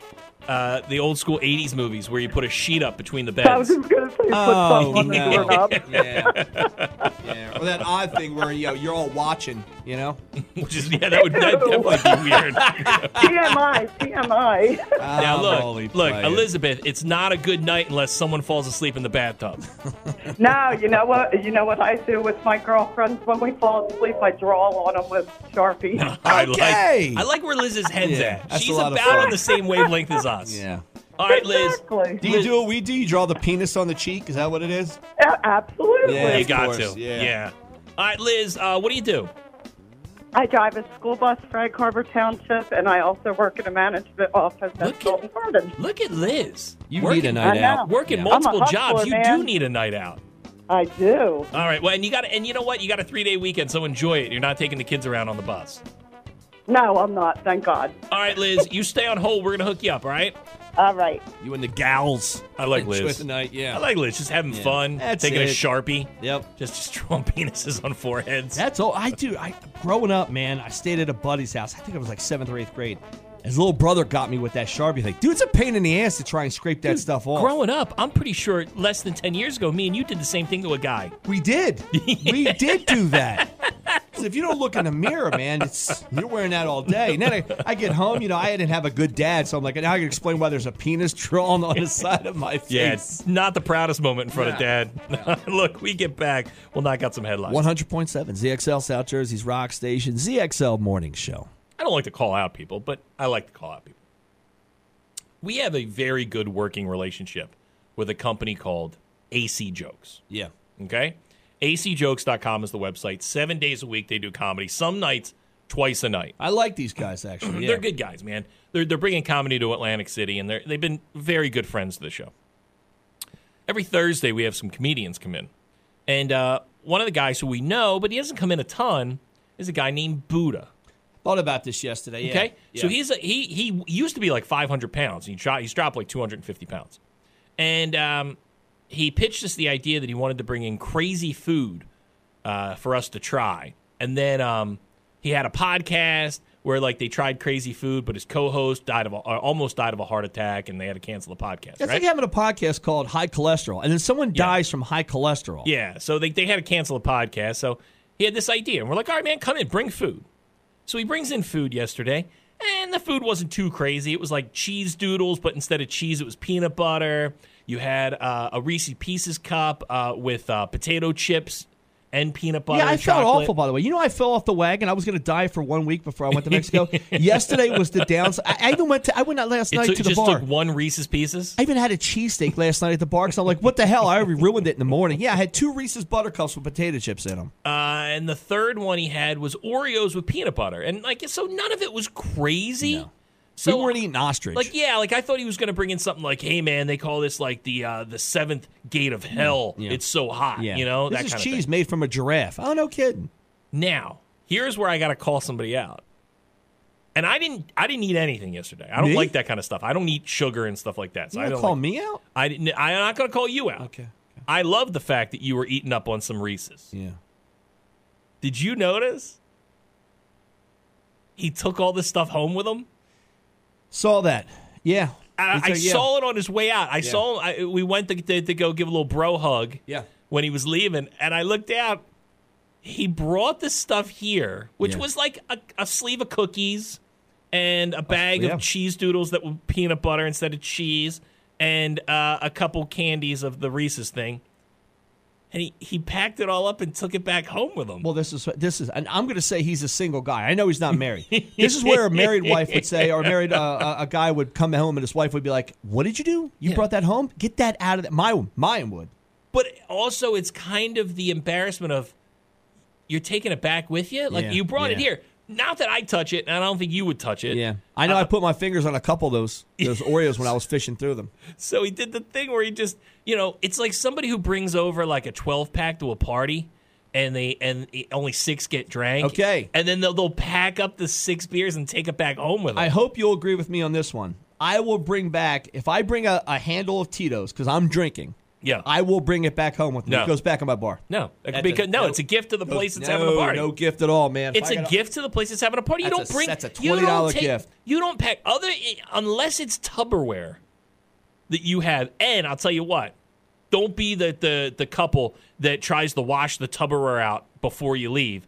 Speaker 1: uh, the old school '80s movies where you put a sheet up between the
Speaker 7: I was
Speaker 1: beds.
Speaker 7: just going to say put
Speaker 2: Oh
Speaker 7: something on the
Speaker 2: no!
Speaker 7: doorknob.
Speaker 2: yeah. yeah, or that odd thing where you know, you're all watching, you know.
Speaker 1: Which is yeah, that would that definitely be weird.
Speaker 7: TMI, TMI.
Speaker 1: now
Speaker 2: I'm only
Speaker 1: look, look,
Speaker 2: playing.
Speaker 1: Elizabeth, it's not a good night unless someone falls asleep in the bathtub.
Speaker 7: no, you know what? You know what I do with my girlfriends when we fall asleep? I draw on them with Sharpie.
Speaker 1: I
Speaker 2: Okay.
Speaker 1: like, I like where Liz's head's
Speaker 2: Yeah,
Speaker 1: at.
Speaker 2: that's a
Speaker 1: She's
Speaker 2: lot of
Speaker 1: about
Speaker 2: fun.
Speaker 1: on the same wavelength as us.
Speaker 2: Yeah.
Speaker 1: All right, Liz.
Speaker 7: exactly.
Speaker 2: Do you do what we do? You draw the penis on the cheek? Is that what it is?
Speaker 7: A- Absolutely.
Speaker 2: Yeah.
Speaker 1: You
Speaker 2: Of
Speaker 1: got
Speaker 2: course,
Speaker 1: to.
Speaker 2: yeah.
Speaker 1: All right, Liz. Uh, what do you do?
Speaker 7: I drive a school bus for Egg Harbor Township, and I also work in a management office
Speaker 1: Look
Speaker 7: at
Speaker 1: at-
Speaker 7: Dalton Garden.
Speaker 1: Look at Liz.
Speaker 2: You
Speaker 1: working,
Speaker 2: need a night
Speaker 7: I
Speaker 2: out.
Speaker 7: know.
Speaker 1: Working
Speaker 2: Yeah.
Speaker 1: multiple
Speaker 7: I'm a hustler,
Speaker 1: jobs. You
Speaker 7: man.
Speaker 1: do need a night out.
Speaker 7: I do.
Speaker 1: All right. Well, and you got and you know what? You got a three day weekend, so enjoy it. You're not taking the kids around on the bus.
Speaker 7: No, I'm not. Thank God.
Speaker 1: All right, Liz, you stay on hold. We're gonna hook you up. All right.
Speaker 7: All right.
Speaker 1: You and the gals. I like
Speaker 2: Enjoy
Speaker 1: Liz.
Speaker 2: the night, yeah.
Speaker 1: I like Liz. Just having
Speaker 2: Yeah.
Speaker 1: fun.
Speaker 2: That's
Speaker 1: taking a
Speaker 2: it.
Speaker 1: sharpie.
Speaker 2: Yep.
Speaker 1: Just just drawing penises on foreheads.
Speaker 2: That's all I do. I growing up, man, I stayed at a buddy's house. I think I was like seventh or eighth grade. His little brother got me with that sharpie thing. Dude, it's a pain in the ass to try and scrape that stuff off.
Speaker 1: Growing up, I'm pretty sure less than 10 years ago, me and you did the same thing to a guy.
Speaker 2: we did. we did do that. So if you don't look in the mirror, man, it's you're wearing that all day. And then I, I get home, you know, I didn't have a good dad, so I'm like, now I can explain why there's a penis drawn on the side of my face.
Speaker 1: Yeah, it's not the proudest moment in front of dad. Look, we get back. We'll knock out some headlines.
Speaker 2: 100.7 ZXL South Jersey's Rock Station ZXL Morning Show.
Speaker 1: I don't like to call out people, but I like to call out people. We have a very good working relationship with a company called AC Jokes.
Speaker 2: Yeah.
Speaker 1: Okay? acjokes.com is the website. Seven days a week, they do comedy. Some nights, twice a night.
Speaker 2: I like these guys actually.
Speaker 1: They're good guys, man. They're they're bringing comedy to Atlantic City, and they're they've been very good friends to the show. Every Thursday, we have some comedians come in, and uh, one of the guys who we know, but he hasn't come in a ton, is a guy named Buddha.
Speaker 2: Thought about this yesterday. Yeah.
Speaker 1: Okay, so
Speaker 2: Yeah.
Speaker 1: he's a, he he used to be like 500 pounds. He dro- he's dropped like 250 pounds, and um, he pitched us the idea that he wanted to bring in crazy food uh, for us to try, and then um, he had a podcast where like they tried crazy food, but his co-host died of a, or almost died of a heart attack, and they had to cancel the podcast.
Speaker 2: That's
Speaker 1: right?
Speaker 2: like having a podcast called High Cholesterol, and then someone dies from high cholesterol.
Speaker 1: Yeah, so they, they had to cancel the podcast. So he had this idea, and we're like, all right, man, come in, bring food. So he brings in food yesterday, and the food wasn't too crazy. It was like cheese doodles, but instead of cheese, it was peanut butter. You had uh, a Reese's Pieces cup uh, with uh, potato chips and peanut butter.
Speaker 2: Yeah, I
Speaker 1: and
Speaker 2: felt
Speaker 1: chocolate.
Speaker 2: awful, by the way. You know, I fell off the wagon. I was going to die for one week before I went to Mexico. Yesterday was the downside. I, I even went to, I went out last
Speaker 1: It,
Speaker 2: night
Speaker 1: took-
Speaker 2: to the
Speaker 1: just
Speaker 2: bar.
Speaker 1: took one Reese's Pieces.
Speaker 2: I even had a cheesesteak last night at the bar because I'm like, what the hell? I already ruined it in the morning. Yeah, I had two Reese's Buttercups with potato chips in them.
Speaker 1: Uh, and the third one he had was Oreos with peanut butter. And like, so none of it was crazy. So
Speaker 2: we weren't eating ostrich.
Speaker 1: Like yeah, like I thought he was gonna bring in something like, "Hey man, they call this like the uh, the seventh gate of hell.
Speaker 2: Yeah.
Speaker 1: It's so hot,
Speaker 2: yeah.
Speaker 1: you know
Speaker 2: this
Speaker 1: that
Speaker 2: is
Speaker 1: kind
Speaker 2: cheese
Speaker 1: of thing."
Speaker 2: made from a giraffe. Oh, no kidding.
Speaker 1: Now here's where I gotta call somebody out. And I didn't I didn't eat anything yesterday. I don't
Speaker 2: Me?
Speaker 1: like that kind of stuff. I don't eat sugar and stuff like that. So
Speaker 2: You
Speaker 1: I
Speaker 2: gonna
Speaker 1: don't
Speaker 2: call
Speaker 1: like-
Speaker 2: me out?
Speaker 1: I didn't. I'm not gonna call you out.
Speaker 2: Okay.
Speaker 1: I love the fact that you were eating up on some Reese's.
Speaker 2: Yeah.
Speaker 1: Did you notice? He took all this stuff home with him.
Speaker 2: Saw that. Yeah.
Speaker 1: I, I
Speaker 2: It's a- yeah.
Speaker 1: saw it on his way out. I saw him. I, we went to, to, to go give a little bro hug.
Speaker 2: Yeah.
Speaker 1: When he was leaving, and I looked out. He brought this stuff here, which
Speaker 2: Yeah.
Speaker 1: was like a, a sleeve of cookies and a bag
Speaker 2: yeah.
Speaker 1: of cheese doodles that were peanut butter instead of cheese, and uh, a couple candies of the Reese's thing. And he, he packed it all up and took it back home with him.
Speaker 2: Well, this is this is, and I'm going to say he's a single guy. I know he's not married. this is where a married wife would say, or a married uh, a- a guy would come home, and his wife would be like, "What did you do? You brought that home? Get that out of that." My mine would.
Speaker 1: but also it's kind of the embarrassment of you're taking it back with you. Like
Speaker 2: Yeah,
Speaker 1: you brought it
Speaker 2: yeah.
Speaker 1: here. Not that I touch it, and I don't think you would touch it.
Speaker 2: I know.
Speaker 1: Uh,
Speaker 2: I put my fingers on a couple of those those Oreos when I was fishing through them.
Speaker 1: So he did the thing where he just, you know, it's like somebody who brings over like a 12 pack to a party. And they and it- only six get drank.
Speaker 2: Okay.
Speaker 1: and then they'll they'll pack up the six beers and take it back home with them.
Speaker 2: I hope you'll agree with me on this one. I will bring back if I bring a, a handle of Tito's because I'm drinking.
Speaker 1: Yeah.
Speaker 2: I will bring it back home with me.
Speaker 1: No.
Speaker 2: It goes back in my bar.
Speaker 1: no,
Speaker 2: That's
Speaker 1: because
Speaker 2: a-
Speaker 1: no, it's a gift to the place that's having
Speaker 2: No,
Speaker 1: the party.
Speaker 2: No gift at all, man. If
Speaker 1: It's
Speaker 2: I
Speaker 1: a
Speaker 2: gotta-
Speaker 1: gift to the place that's having a party. You
Speaker 2: That's
Speaker 1: don't
Speaker 2: a-
Speaker 1: bring.
Speaker 2: that's a
Speaker 1: you don't
Speaker 2: $20
Speaker 1: take-
Speaker 2: gift.
Speaker 1: You don't pack other eh, unless it's Tupperware that you have. And I'll tell you what, don't be the the the couple that tries to wash the Tupperware out before you leave.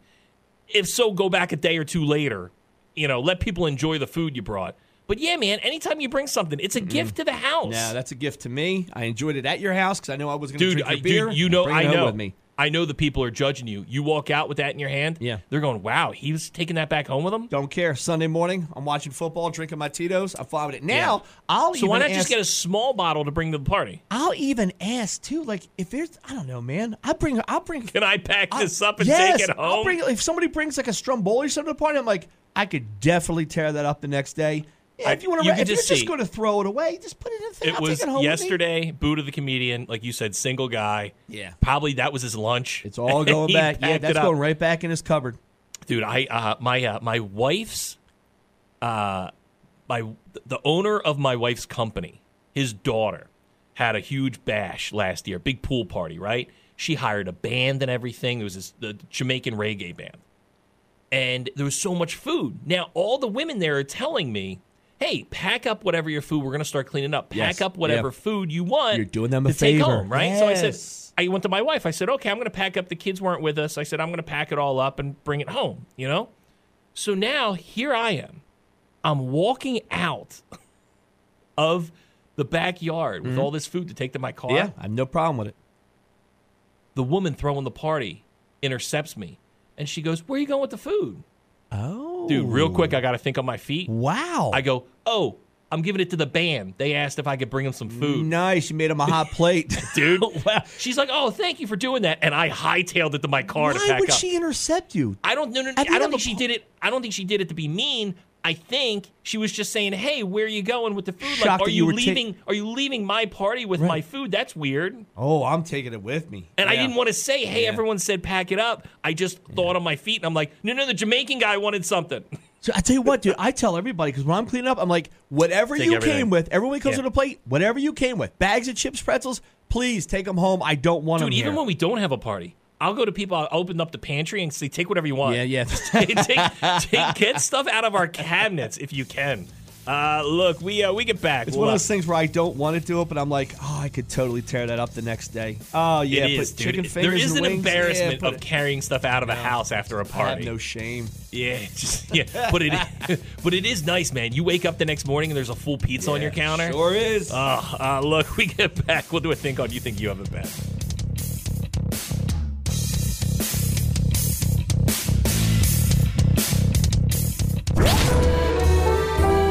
Speaker 1: If so, go back a day or two later. You know, let people enjoy the food you brought. But yeah, man, anytime you bring something, it's a gift to the house.
Speaker 2: Mm-hmm. Nah, that's a gift to me. I enjoyed it at your house because I know I was going to
Speaker 1: dude,
Speaker 2: drink
Speaker 1: I,
Speaker 2: your beer.
Speaker 1: dude, you know,
Speaker 2: Bring
Speaker 1: I
Speaker 2: it home
Speaker 1: know.
Speaker 2: With me.
Speaker 1: I know the people are judging you. You walk out with that in your hand.
Speaker 2: Yeah.
Speaker 1: they're going, "Wow, he was taking that back home with him."
Speaker 2: Don't care. Sunday morning, I'm watching football, drinking my Tito's. I'm fine with it. Now, I'll
Speaker 1: So
Speaker 2: even
Speaker 1: why not
Speaker 2: ask,
Speaker 1: just get a small bottle to bring to the party?
Speaker 2: I'll even ask too. Like if there's, I don't know, man. I bring, I'll bring.
Speaker 1: Can I pack
Speaker 2: I'll-
Speaker 1: this up and
Speaker 2: Uh, yes,
Speaker 1: take it home?
Speaker 2: I'll bring, if somebody brings like a Stromboli or something to the party, I'm like, I could definitely tear that up the next day. Yeah, if you want to,
Speaker 1: You
Speaker 2: if
Speaker 1: could
Speaker 2: you're
Speaker 1: just
Speaker 2: just
Speaker 1: see.
Speaker 2: going to throw it away, just put it in the thing.
Speaker 1: It
Speaker 2: I'll
Speaker 1: was
Speaker 2: take it home with me.
Speaker 1: yesterday. Buddha the comedian, like you said, single guy.
Speaker 2: Yeah.
Speaker 1: probably that was his lunch. It's
Speaker 2: All going back. Yeah, that's going right back in his cupboard.
Speaker 1: dude. I uh, my uh, my wife's uh my the owner of my wife's company, his daughter had a huge bash last year, big pool party, right? She hired a band and everything. There was this the Jamaican reggae band. And there was so much food. Now all the women there are telling me, "Hey, pack up whatever your food. We're going to start cleaning up. Pack
Speaker 2: Yes.
Speaker 1: up whatever
Speaker 2: Yeah.
Speaker 1: food you want."
Speaker 2: You're doing them a
Speaker 1: to take
Speaker 2: favor.
Speaker 1: home, right? So I
Speaker 2: Yes.
Speaker 1: said, I went to my wife. I said, okay, I'm going to pack up. The kids weren't with us. I said, I'm going to pack it all up and bring it home, you know? So now here I am. I'm walking out of the backyard with
Speaker 2: Mhm.
Speaker 1: all this food to take to my car.
Speaker 2: Yeah, I have no problem with it.
Speaker 1: The woman throwing the party intercepts me and she goes, Where are you going with the food?
Speaker 2: Oh.
Speaker 1: Dude, real quick, I got to think on my feet.
Speaker 2: Wow.
Speaker 1: I go, Oh, I'm giving it to the band. They asked if I could bring them some food.
Speaker 2: Nice. You made him a hot plate.
Speaker 1: dude. She's like, "Oh, thank you for doing that," and I hightailed it to my car to
Speaker 2: Why
Speaker 1: pack
Speaker 2: would
Speaker 1: up.
Speaker 2: she intercept you?
Speaker 1: I don't know. No, no, I don't think she did it. I don't think she did it to be mean. I think she was just saying, "Hey, where are you going with the food?
Speaker 2: Shocked
Speaker 1: like, are
Speaker 2: that you
Speaker 1: you,
Speaker 2: were ta-
Speaker 1: leaving? are you leaving my party with my food? That's weird." And
Speaker 2: Oh, I'm taking it with me.
Speaker 1: I
Speaker 2: Yeah.
Speaker 1: didn't want to say, "Hey,
Speaker 2: Yeah.
Speaker 1: everyone said pack it up." I just thought on my feet, and I'm like, "No, no, the Jamaican guy wanted something."
Speaker 2: So I tell you what, dude. I tell everybody because when I'm cleaning up, I'm like, whatever
Speaker 1: Take
Speaker 2: you
Speaker 1: everything.
Speaker 2: came with, everyone comes
Speaker 1: Yeah.
Speaker 2: with a plate. Whatever you came with, bags of chips, pretzels. Please take them home. I don't want
Speaker 1: Dude,
Speaker 2: them
Speaker 1: even
Speaker 2: here.
Speaker 1: when we don't have a party, I'll go to people. I'll open up the pantry and say, "Take whatever you want."
Speaker 2: Yeah, yeah.
Speaker 1: take, take, get stuff out of our cabinets if you can. Uh, look, we uh, we get back.
Speaker 2: it's
Speaker 1: We'll,
Speaker 2: one of
Speaker 1: uh,
Speaker 2: those things where I don't want to do it, but I'm like, oh, I could totally tear that up the next day. Oh yeah,
Speaker 1: it is,
Speaker 2: put
Speaker 1: dude.
Speaker 2: chicken
Speaker 1: It-
Speaker 2: fingers.
Speaker 1: There is
Speaker 2: and
Speaker 1: an
Speaker 2: wings. Yeah,
Speaker 1: embarrassment
Speaker 2: put
Speaker 1: of carrying stuff out of a house after a
Speaker 2: I have
Speaker 1: party.
Speaker 2: no shame.
Speaker 1: yeah, just, yeah, but it but it is nice, man. You wake up the next morning and there's a full pizza on your counter.
Speaker 2: sure is.
Speaker 1: Uh, uh, look, we get back. We'll do a think on you think you have it bad.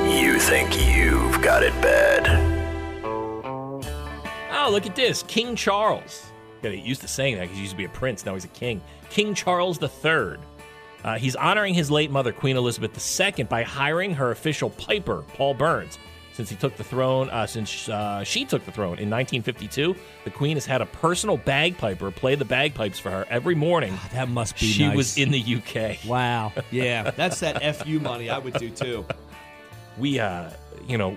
Speaker 8: You think you've got it bad.
Speaker 1: Oh, look at this. King Charles. Yeah, they used to saying that 'cause he used to be a prince. Now he's a king. King Charles III. Uh, he's honoring his late mother, Queen Elizabeth II, by hiring her official piper, Paul Burns. Since he took the throne, uh, since uh, she took the throne in 1952, the Queen has had a personal bagpiper play the bagpipes for her every morning.
Speaker 2: Ah, That must be
Speaker 1: She
Speaker 2: nice.
Speaker 1: was in the UK.
Speaker 2: Wow. Yeah, that's that fu money I would do too.
Speaker 1: we uh you know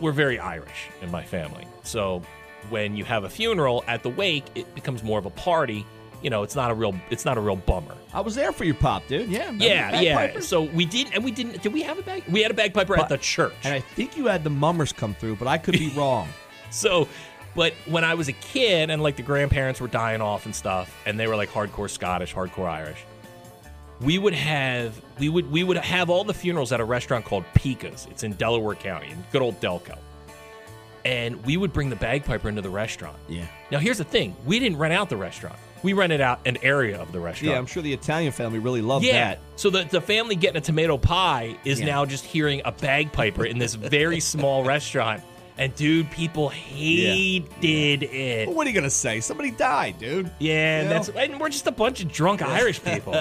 Speaker 1: we're very irish in my family so when you have a funeral at the wake it becomes more of a party you know it's not a real it's not a real bummer
Speaker 2: I was there for your pop, dude. Yeah. remember
Speaker 1: yeah
Speaker 2: the
Speaker 1: yeah
Speaker 2: bagpiper?
Speaker 1: so we didn't and we didn't did we have a bag we had a bagpiper at the church
Speaker 2: And I think you had the mummers come through, but I could be wrong.
Speaker 1: so but when i was a kid and like the grandparents were dying off and stuff and they were like hardcore scottish hardcore irish we would have we would we would have all the funerals at a restaurant called Pika's. It's in Delaware County, in good old Delco. And we would bring the bagpiper into the restaurant.
Speaker 2: Yeah.
Speaker 1: Now here's the thing: we didn't rent out the restaurant. We rented out an area of the restaurant.
Speaker 2: Yeah, I'm sure the Italian family really loved
Speaker 1: Yeah.
Speaker 2: that.
Speaker 1: So the, the family getting a tomato pie is
Speaker 2: Yeah.
Speaker 1: now just hearing a bagpiper in this very small restaurant. And dude, people hated it.
Speaker 2: But what are you gonna say? Somebody died, dude.
Speaker 1: Yeah,
Speaker 2: You
Speaker 1: and that's
Speaker 2: know?
Speaker 1: and we're just a bunch of drunk Irish people.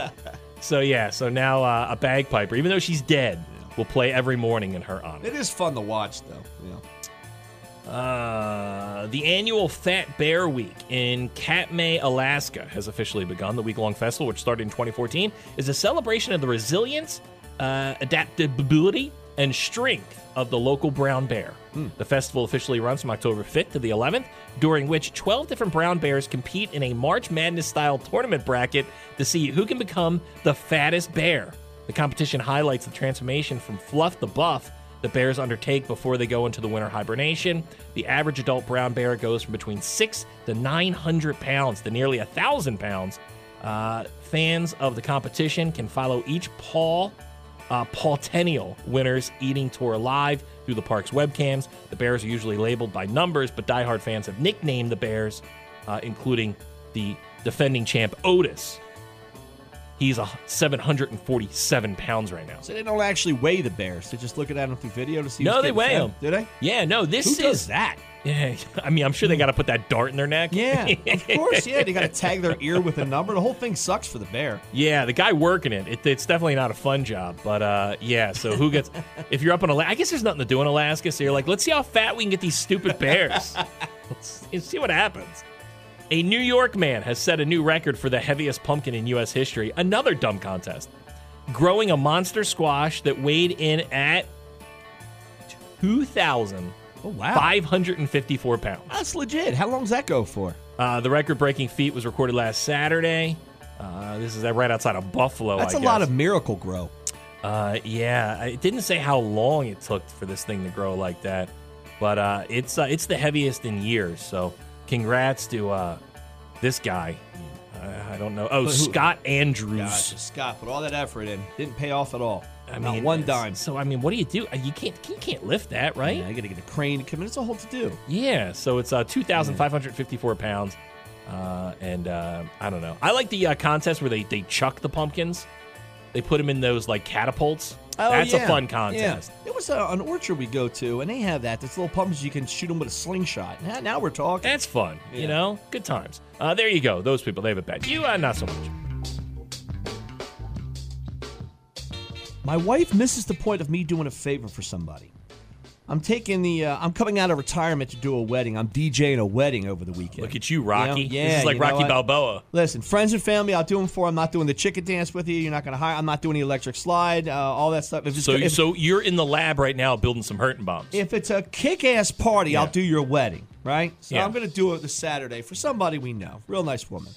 Speaker 1: so yeah, so now uh, a bagpiper, even though she's dead, will play every morning in her honor.
Speaker 2: It is fun to watch, though. You know.
Speaker 1: Uh, the annual Fat Bear Week in Katmai, Alaska, has officially begun. The week-long festival, which started in 2014, is a celebration of the resilience, uh, adaptability, and strength of the local brown bear. The festival officially runs from October 5th to the 11th, during which 12 different brown bears compete in a March Madness-style tournament bracket to see who can become the fattest bear. The competition highlights the transformation from fluff to buff the bears undertake before they go into the winter hibernation. The average adult brown bear goes from between six to 900 pounds to nearly a thousand pounds. Uh, fans of the competition can follow each Paul uh, Paultennial winners eating tour live through the park's webcams. The bears are usually labeled by numbers, but diehard fans have nicknamed the bears, uh, including the defending champ Otis. He's a 747 pounds right now.
Speaker 2: So they don't actually weigh the bears. They just look at them through video to see.
Speaker 1: No,
Speaker 2: who's
Speaker 1: they
Speaker 2: getting
Speaker 1: weigh
Speaker 2: fed.
Speaker 1: them.
Speaker 2: Do they?
Speaker 1: Yeah, no, this
Speaker 2: Who
Speaker 1: is
Speaker 2: does that.
Speaker 1: Yeah, I mean, I'm sure they got to put that dart in their neck.
Speaker 2: Yeah, of course. Yeah, they got to tag their ear with a number. The whole thing sucks for the bear.
Speaker 1: Yeah, the guy working it, it it's definitely not a fun job. But uh, yeah, so who gets? if you're up in Alaska, I guess there's nothing to do in Alaska. So you're like, let's see how fat we can get these stupid bears. let's, let's see what happens. A New York man has set a new record for the heaviest pumpkin in U.S. history. Another dumb contest, growing a monster squash that weighed in at two thousand
Speaker 2: oh, wow.
Speaker 1: pounds.
Speaker 2: That's legit. How long's that go for?
Speaker 1: Uh, the record-breaking feat was recorded last Saturday. Uh, this is right outside of Buffalo.
Speaker 2: That's
Speaker 1: a
Speaker 2: a lot of miracle grow.
Speaker 1: Uh, yeah, it didn't say how long it took for this thing to grow like that, but uh, it's uh, it's the heaviest in years. So, congrats to uh, this guy. I, I don't know. Oh,
Speaker 2: But who-
Speaker 1: Scott Andrews.
Speaker 2: Gotcha, Scott put all that effort in. Didn't pay off at all.
Speaker 1: I
Speaker 2: Not
Speaker 1: mean,
Speaker 2: one
Speaker 1: it's-
Speaker 2: dime.
Speaker 1: So I mean, what do you do? Uh, You can't you can't lift that, right?
Speaker 2: Yeah, I got to get a crane to come in. It's a whole to do.
Speaker 1: Yeah, so it's uh, 2,554 pounds. Uh, and uh, I don't know. I like the uh, contest where they, they chuck the pumpkins. They put them in those like catapults.
Speaker 2: Oh,
Speaker 1: That's
Speaker 2: yeah.
Speaker 1: a fun contest.
Speaker 2: Yeah. There was a, an orchard we go to, and they have that. This little pumpkins you can shoot them with a slingshot. Now, now we're talking.
Speaker 1: That's fun. You know, good times. Uh, there you go. Those people, they have it bad. You, uh, not so much.
Speaker 2: My wife misses the point of me doing a favor for somebody. I'm taking the. Uh, I'm coming out of retirement to do a wedding. I'm DJing a wedding over the weekend.
Speaker 1: Look at you, Rocky.
Speaker 2: You know? Yeah,
Speaker 1: this is like
Speaker 2: you know
Speaker 1: Rocky
Speaker 2: what?
Speaker 1: Balboa.
Speaker 2: Listen, friends and family, I'll do them for. I'm not doing the chicken dance with you. You're not going to hire. I'm not doing the electric slide. Uh, all that stuff. If it's,
Speaker 1: So,
Speaker 2: if,
Speaker 1: so you're in the lab right now building some hurting bombs.
Speaker 2: if it's a kick-ass party, I'll do your wedding, right? So
Speaker 1: Yeah.
Speaker 2: I'm going to do it this Saturday for somebody we know, real nice woman.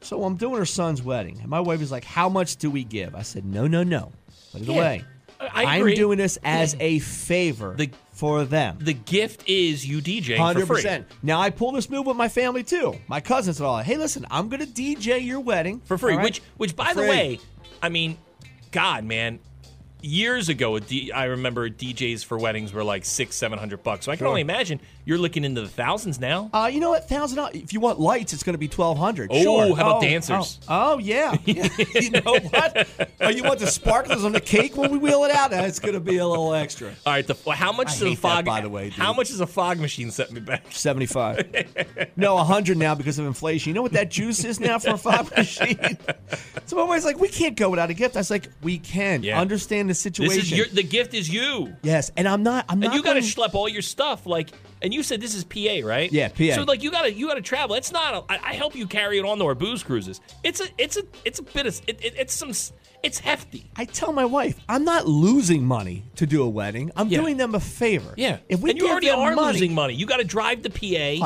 Speaker 2: So I'm doing her son's wedding, and my wife is like, "How much do we give?" I said, "No, no, no, put it
Speaker 1: Yeah.
Speaker 2: away."
Speaker 1: I
Speaker 2: am
Speaker 1: agree.
Speaker 2: doing this as a favor for them.
Speaker 1: The gift is you DJing
Speaker 2: Hundred
Speaker 1: for free.
Speaker 2: percent. Now I pull this move with my family too. My cousins and all. Hey, listen, I'm gonna DJ your wedding
Speaker 1: for free.
Speaker 2: all right?
Speaker 1: Which, which by
Speaker 2: For
Speaker 1: the
Speaker 2: free.
Speaker 1: way, I mean, God, man, years ago, a D- I remember DJs for weddings were like six, seven hundred bucks. So I can
Speaker 2: Sure.
Speaker 1: only imagine you're looking into the thousands now.
Speaker 2: Uh, you know what? Thousand. dollars. If you want lights, it's going to be twelve hundred.
Speaker 1: Oh,
Speaker 2: sure.
Speaker 1: how about
Speaker 2: Oh,
Speaker 1: dancers?
Speaker 2: Oh, oh, yeah. Yeah, you know what? Oh, you want the sparklers on the cake when we wheel it out? It's going to be a little extra.
Speaker 1: All right, the, well, how much
Speaker 2: I
Speaker 1: is
Speaker 2: hate
Speaker 1: the
Speaker 2: that,
Speaker 1: fog?
Speaker 2: by the way, dude.
Speaker 1: how much is a fog machine set me back?
Speaker 2: Seventy-five. No, hundred now because of inflation. You know what that juice is now for a five machine? So my wife's like, we can't go without a gift. I was like, we can.
Speaker 1: Yeah.
Speaker 2: Understand the
Speaker 1: This
Speaker 2: situation.
Speaker 1: is your, the gift is you,
Speaker 2: yes, and I'm not. I'm
Speaker 1: and
Speaker 2: not.
Speaker 1: you got to
Speaker 2: gonna-
Speaker 1: schlep all your stuff. Like, and you said this is PA, right?
Speaker 2: Yeah, PA.
Speaker 1: So like, you gotta you gotta travel. It's not. A, I, I help you carry it on our booze cruises. It's a it's a it's a bit of it, it, it's some s- it's hefty.
Speaker 2: I tell my wife, I'm not losing money to do a wedding. I'm doing them a favor.
Speaker 1: Yeah.
Speaker 2: If we
Speaker 1: and you
Speaker 2: give
Speaker 1: already
Speaker 2: them
Speaker 1: are
Speaker 2: money,
Speaker 1: losing money. You got to drive the PA.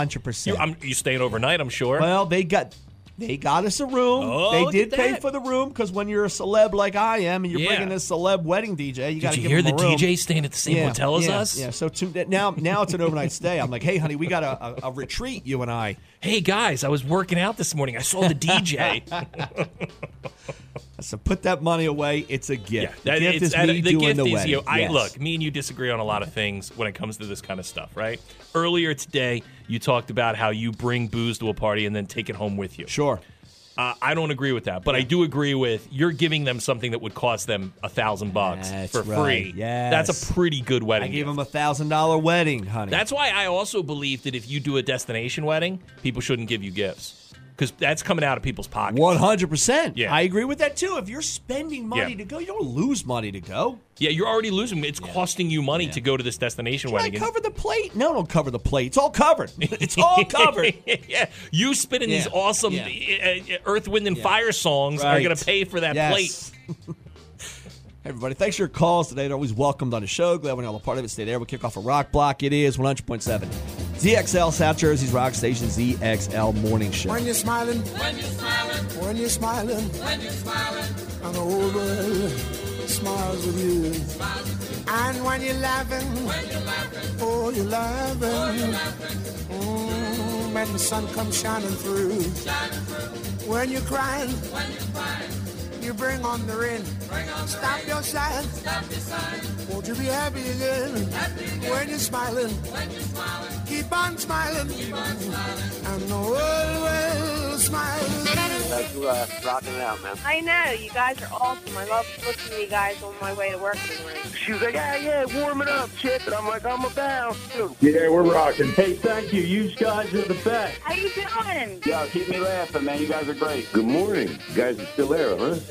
Speaker 2: 100%.
Speaker 1: You, I'm, you staying overnight, I'm sure.
Speaker 2: Well, they got they got us a room.
Speaker 1: Oh,
Speaker 2: they
Speaker 1: look
Speaker 2: did
Speaker 1: at
Speaker 2: pay
Speaker 1: that.
Speaker 2: for the room because when you're a celeb like I am and you're
Speaker 1: Yeah.
Speaker 2: bringing this celeb wedding DJ, you got to
Speaker 1: you
Speaker 2: give
Speaker 1: hear
Speaker 2: them a
Speaker 1: the
Speaker 2: room.
Speaker 1: DJ staying at the same hotel as
Speaker 2: yeah,
Speaker 1: us?
Speaker 2: Yeah. So to, now now it's an overnight stay. I'm like, hey, honey, we got a, a, a retreat. You and I.
Speaker 1: Hey guys, I was working out this morning. I saw the DJ.
Speaker 2: So put that money away. It's a gift.
Speaker 1: That-
Speaker 2: the gift
Speaker 1: it's-
Speaker 2: is me
Speaker 1: the
Speaker 2: doing
Speaker 1: gift
Speaker 2: the
Speaker 1: is
Speaker 2: wedding.
Speaker 1: you. I
Speaker 2: Yes.
Speaker 1: look. Me and you disagree on a lot of things when it comes to this kind of stuff, right? Earlier today, you talked about how you bring booze to a party and then take it home with you.
Speaker 2: Sure.
Speaker 1: Uh, I don't agree with that, but I do agree with you're giving them something that would cost them a thousand bucks
Speaker 2: That's
Speaker 1: for
Speaker 2: right.
Speaker 1: free. that's
Speaker 2: Yes.
Speaker 1: a pretty good
Speaker 2: I
Speaker 1: wedding.
Speaker 2: gave him a thousand dollar wedding, honey.
Speaker 1: That's why I also believe that if you do a destination wedding, people shouldn't give you gifts because that's coming out of people's pockets.
Speaker 2: One hundred percent.
Speaker 1: Yeah.
Speaker 2: I agree with that too. If you're spending money
Speaker 1: Yeah.
Speaker 2: to go, you don't lose money to go.
Speaker 1: Yeah, you're already losing. It's costing you money to go to this destination
Speaker 2: I
Speaker 1: wedding.
Speaker 2: cover the plate. No, don't cover the plate. It's all covered. It's all covered.
Speaker 1: yeah, you spinning these
Speaker 2: Yeah.
Speaker 1: awesome
Speaker 2: Yeah.
Speaker 1: uh, uh, Earth, Wind, and Fire songs are
Speaker 2: Right.
Speaker 1: going to pay for that
Speaker 2: Yes.
Speaker 1: plate.
Speaker 2: Everybody, thanks for your calls today. They're always welcomed on the show. Glad we're all a part of it. Stay there. We kick off a rock block. It is 100.7. ZXL South Jersey's Rock Station ZXL Morning Show.
Speaker 5: When you're smiling, when you're smiling, when you're smiling, when you're smiling, and the whole world smiles with you. And when you're laughing, when you're laughing, oh, you're laughing. Mm, when the sun comes shining through. When you're crying, when you're crying, you bring on the rain. Stop your sighing. Stop your sighing. Won't you be happy again? Happy again. When you're smiling, when you're smiling, keep on smiling. Keep on smiling. And the world will smile.
Speaker 9: guys uh, rocking it out, man.
Speaker 7: I know, you guys are awesome. I love listening to you guys on my way to work in the morning.
Speaker 9: She was like, yeah, yeah, warm it up, Chip. And I'm like, I'm about to.
Speaker 10: Yeah, we're rocking. Hey, thank you. You guys are the best.
Speaker 7: How you doing?
Speaker 9: Yo, keep me laughing, man. You guys are great.
Speaker 11: Good morning. You guys are still there, huh?